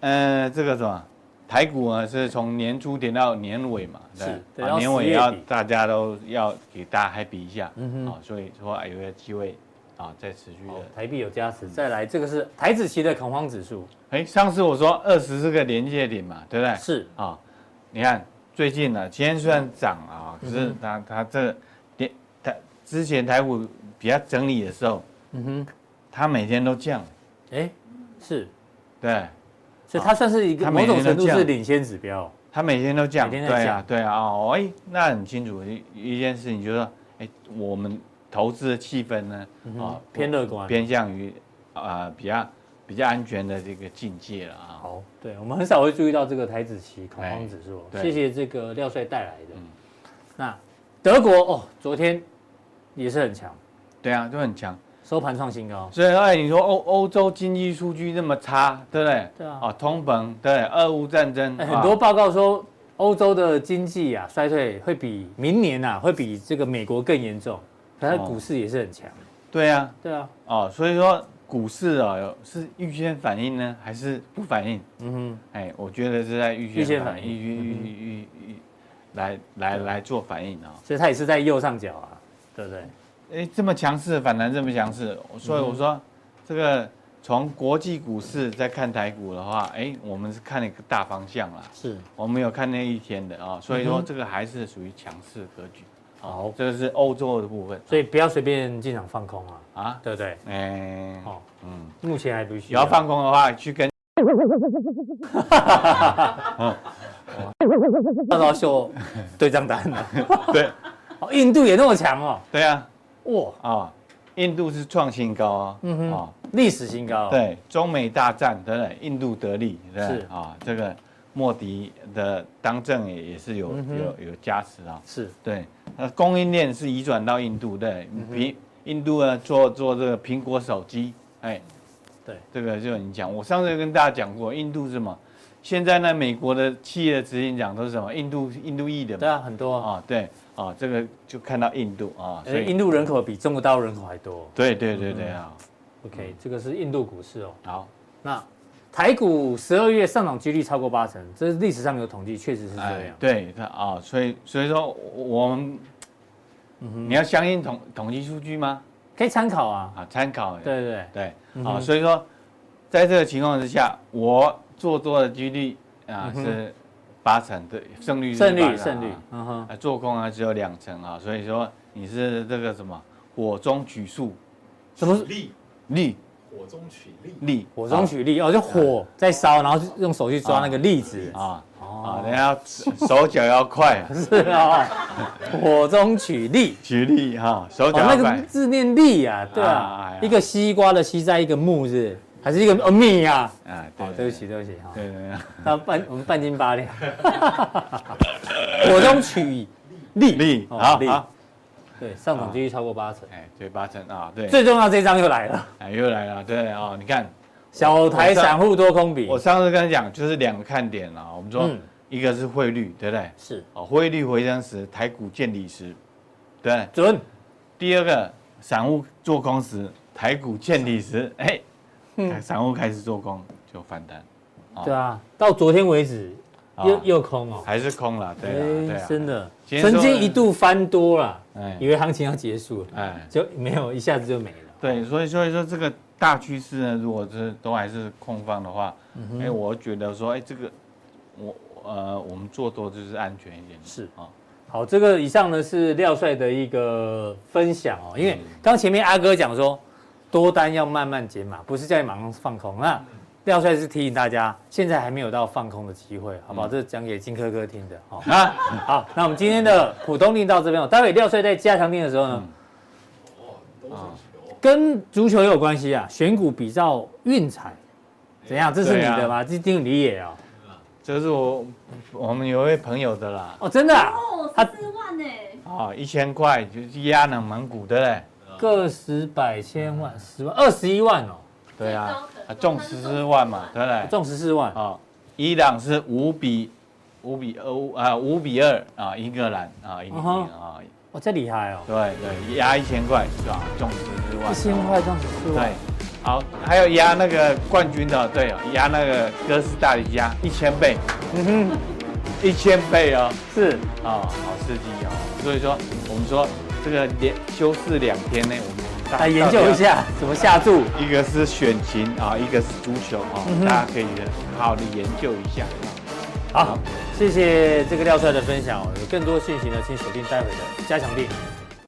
Speaker 3: 呃，这个什么，台股啊是从年初点到年尾嘛，
Speaker 2: 是对
Speaker 3: 啊
Speaker 2: 到
Speaker 3: 年尾
Speaker 2: 10月
Speaker 3: 要
Speaker 2: 底
Speaker 3: 大家都要给大家 happy 一下，
Speaker 2: 嗯哼
Speaker 3: 嗯啊，所以说哎有个机会啊再持续
Speaker 2: 哦
Speaker 3: 的，
Speaker 2: 台币有加持，再来这个是台子期的恐慌指数，
Speaker 3: 哎，上次我说二十是个连接点嘛，对不对？
Speaker 2: 是
Speaker 3: 啊，你看最近呢，今天虽然涨啊，可
Speaker 2: 嗯
Speaker 3: 是它它这个连它之前台股比较整理的时候，
Speaker 2: 嗯
Speaker 3: 它每天都降，
Speaker 2: 哼，哎，是，
Speaker 3: 对。
Speaker 2: 所以它算是一个
Speaker 3: 它
Speaker 2: 某
Speaker 3: 每
Speaker 2: 种
Speaker 3: 年都
Speaker 2: 程度
Speaker 3: 这样
Speaker 2: 是领先指标，
Speaker 3: 他每天都降，
Speaker 2: 每天在
Speaker 3: 对
Speaker 2: 降
Speaker 3: 啊，对啊，哦，哎，那很清楚一一件事情，就是说，哎，我们投资的气氛呢，啊、
Speaker 2: 嗯偏乐观。
Speaker 3: 偏向于啊、比较比较安全的这个境界了啊。
Speaker 2: 好，对我们很少会注意到这个台子期恐慌指数，
Speaker 3: 哎
Speaker 2: 哦
Speaker 3: 对
Speaker 2: 谢谢这个廖帅带来的
Speaker 3: 嗯。
Speaker 2: 那德国哦，昨天也是很强，
Speaker 3: 对啊，就很强。
Speaker 2: 收盘创新高，
Speaker 3: 所以，哎，你说欧欧洲经济数据那么差，对不对？
Speaker 2: 对啊
Speaker 3: 哦，通膨，对不对，俄乌战争，
Speaker 2: 哎
Speaker 3: 啊
Speaker 2: 很多报告说欧洲的经济啊衰退会比明年啊会比这个美国更严重，可它的
Speaker 3: 哦
Speaker 2: 股市也是很强，
Speaker 3: 对啊，
Speaker 2: 对啊，
Speaker 3: 哦，所以说股市啊、有是预先反应呢，还是不反应？
Speaker 2: 嗯哼。
Speaker 3: 哎，我觉得是在预
Speaker 2: 预先
Speaker 3: 先
Speaker 2: 反
Speaker 3: 反
Speaker 2: 应嗯
Speaker 3: 应，预预预预预来来来做反应啊、
Speaker 2: 所以它也是在右上角啊，对不对？
Speaker 3: 哎，这么强势的反弹这么强势，
Speaker 2: 嗯
Speaker 3: 所以我说、这个从国际股市再看台股的话，哎，我们是看了一个大方向啦，
Speaker 2: 是
Speaker 3: 我们有看那一天的啊、所以
Speaker 2: 嗯
Speaker 3: 说
Speaker 2: 哼
Speaker 3: 这个还是属于强势格局。
Speaker 2: 好，
Speaker 3: 这个是欧洲的部分。
Speaker 2: 所以不要随便进场放空啊，
Speaker 3: 啊，
Speaker 2: 对不对？
Speaker 3: 哎，
Speaker 2: 哦，
Speaker 3: 嗯，
Speaker 2: 目前还不需
Speaker 3: 有要放空的话，去跟
Speaker 2: 到时候秀对账单了。
Speaker 3: 对
Speaker 2: 哦，印度也那么强哦，
Speaker 3: 对啊，
Speaker 2: 哇，
Speaker 3: 啊、印度是创新高啊、哦，
Speaker 2: 嗯哼
Speaker 3: 哦
Speaker 2: 历史新高。，
Speaker 3: 对，中美大战，对不对？印度得利，对不对
Speaker 2: 是
Speaker 3: 啊、这个莫迪的当政也也是有、
Speaker 2: 嗯哼
Speaker 3: 有有加持啊、
Speaker 2: 是
Speaker 3: 对，那供应链是移转到印度，对，
Speaker 2: 嗯
Speaker 3: 苹、印度呢做做这个苹果手机，哎，
Speaker 2: 对，
Speaker 3: 这个就有影响。我上次跟大家讲过，印度是什么？现在呢，美国的企业的执行长都是什么？印度印度裔的
Speaker 2: 对
Speaker 3: 嘛，
Speaker 2: 啊，很多啊，
Speaker 3: 啊、对，啊、这个就看到印度啊、
Speaker 2: 而且印度人口嗯比中国大陆人口还多。
Speaker 3: 对对对对啊、
Speaker 2: OK，这个是印度股市哦。
Speaker 3: 好，
Speaker 2: 那台股十二月上涨几率超过八成，这是历史上有统计，确实是这
Speaker 3: 哎
Speaker 2: 样，。
Speaker 3: 对，他啊、所以所以说我我们，
Speaker 2: 嗯
Speaker 3: 你要相信统统计数据吗？
Speaker 2: 可以参考啊，
Speaker 3: 啊，参考
Speaker 2: 对对对，
Speaker 3: 对，
Speaker 2: 嗯
Speaker 3: 啊，
Speaker 2: 哼
Speaker 3: 所以说，在这个情况之下，我做多的几率啊
Speaker 2: 嗯哼
Speaker 3: 是八成的胜率是八
Speaker 2: 胜
Speaker 3: 成啊，
Speaker 2: 率胜率，嗯哼，
Speaker 3: 啊，做空啊只有两成啊，所以说你是这个什么火中取粟，
Speaker 2: 什么
Speaker 4: 取利？
Speaker 3: 利
Speaker 4: 火中取利，
Speaker 3: 利
Speaker 2: 火中取栗哦，就火在烧，然后就用手去抓那个栗子。
Speaker 3: 哎啊啊，
Speaker 2: 哦，
Speaker 3: 人家手脚要快 啊，
Speaker 2: 是 啊，火中取栗。
Speaker 3: 举例哈，手
Speaker 2: 哦，
Speaker 3: 脚要
Speaker 2: 那个
Speaker 3: 快，
Speaker 2: 字念栗啊，对
Speaker 3: 啊哎
Speaker 2: 啊
Speaker 3: 呀，
Speaker 2: 一个西瓜的西在一个木字，还是一个哦蜜啊。
Speaker 3: 啊，
Speaker 2: 哦，对不起，，对不起哈。
Speaker 3: 对对对。
Speaker 2: 那半我们半斤八两。火中取栗，
Speaker 3: 利
Speaker 2: 哦
Speaker 3: 好
Speaker 2: 栗
Speaker 3: 好，
Speaker 2: 对，上涨几率超过八成。
Speaker 3: 哎，对，八成啊，对，
Speaker 2: 最重要这张又来了，
Speaker 3: 哎，又来了，对啊、哦，你看，
Speaker 2: 小台散户多空比
Speaker 3: 我上次跟你讲，就是两个看点啊，我们说
Speaker 2: 嗯
Speaker 3: 一个是汇率，对不对？
Speaker 2: 是
Speaker 3: 哦，汇率回升时，台股见底时，对不对。
Speaker 2: 准，
Speaker 3: 第二个，散户做空时，台股见底时，哎，
Speaker 2: 嗯
Speaker 3: 散户开始做空就反弹，哦
Speaker 2: 对啊，到昨天为止
Speaker 3: 啊
Speaker 2: 又又空哦，
Speaker 3: 还是空了，对
Speaker 2: 哎
Speaker 3: 啊，对啊，
Speaker 2: 真的，
Speaker 3: 今天
Speaker 2: 曾经
Speaker 3: 说
Speaker 2: 一度翻多了，
Speaker 3: 哎
Speaker 2: 以为行情要结束了，
Speaker 3: 哎，
Speaker 2: 就没有一下子就没了。
Speaker 3: 对，所以所以说这个大趋势呢，如果是都还是空方的话，
Speaker 2: 嗯
Speaker 3: 哎，我觉得说，哎，这个我呃，我们做多就是安全一点，
Speaker 2: 是
Speaker 3: 啊，
Speaker 2: 好，这个以上呢是廖帅的一个分享哦，因为刚前面阿哥讲说多单要慢慢解码，不是叫你马上放空。那廖帅是提醒大家，现在还没有到放空的机会，好不好？这是讲给金科科听的哦。
Speaker 3: 啊，
Speaker 2: 好，那我们今天的普通令到这边哦，待会廖帅在加强定的时候呢，跟足球也有关系啊，选股比照运彩，怎样？这是你的吗？这定你也哦，
Speaker 3: 就是我我们有一位朋友的啦，
Speaker 2: 哦，真的、啊，
Speaker 5: 哦，
Speaker 2: 他
Speaker 5: 十四万呢、
Speaker 3: 啊，一千块就是压冷门股的嘞，
Speaker 2: 个十百千万十万二十一万哦，
Speaker 3: 对
Speaker 5: 最
Speaker 3: 啊
Speaker 5: 高可，能
Speaker 3: 啊中十四万
Speaker 5: 啊
Speaker 3: 嘛，对不对？
Speaker 2: 中十四万，
Speaker 3: 啊，伊朗是五比五比二啊，五比二啊，英格兰啊，赢
Speaker 2: 嗯哼
Speaker 3: 啊，
Speaker 2: 哇，这厉害哦，
Speaker 3: 对对，压一千块是吧？中十之万，
Speaker 2: 一千块中十四
Speaker 3: 对
Speaker 2: 万，，
Speaker 3: 好，还有压那个冠军的，对哦，压那个哥斯达黎加一千倍，嗯哼，一千倍哦，
Speaker 2: 是
Speaker 3: 啊，好刺激哦，所以说我们说这个连休市两天呢，我们大
Speaker 2: 来研究一。下怎么下注。
Speaker 3: 一个是选琴啊，一个是足球啊，
Speaker 2: 嗯
Speaker 3: 大家可以好好的研究一下。
Speaker 2: 好，谢谢这个廖帅的分享哦，有更多讯息呢，请锁定待会的加强力。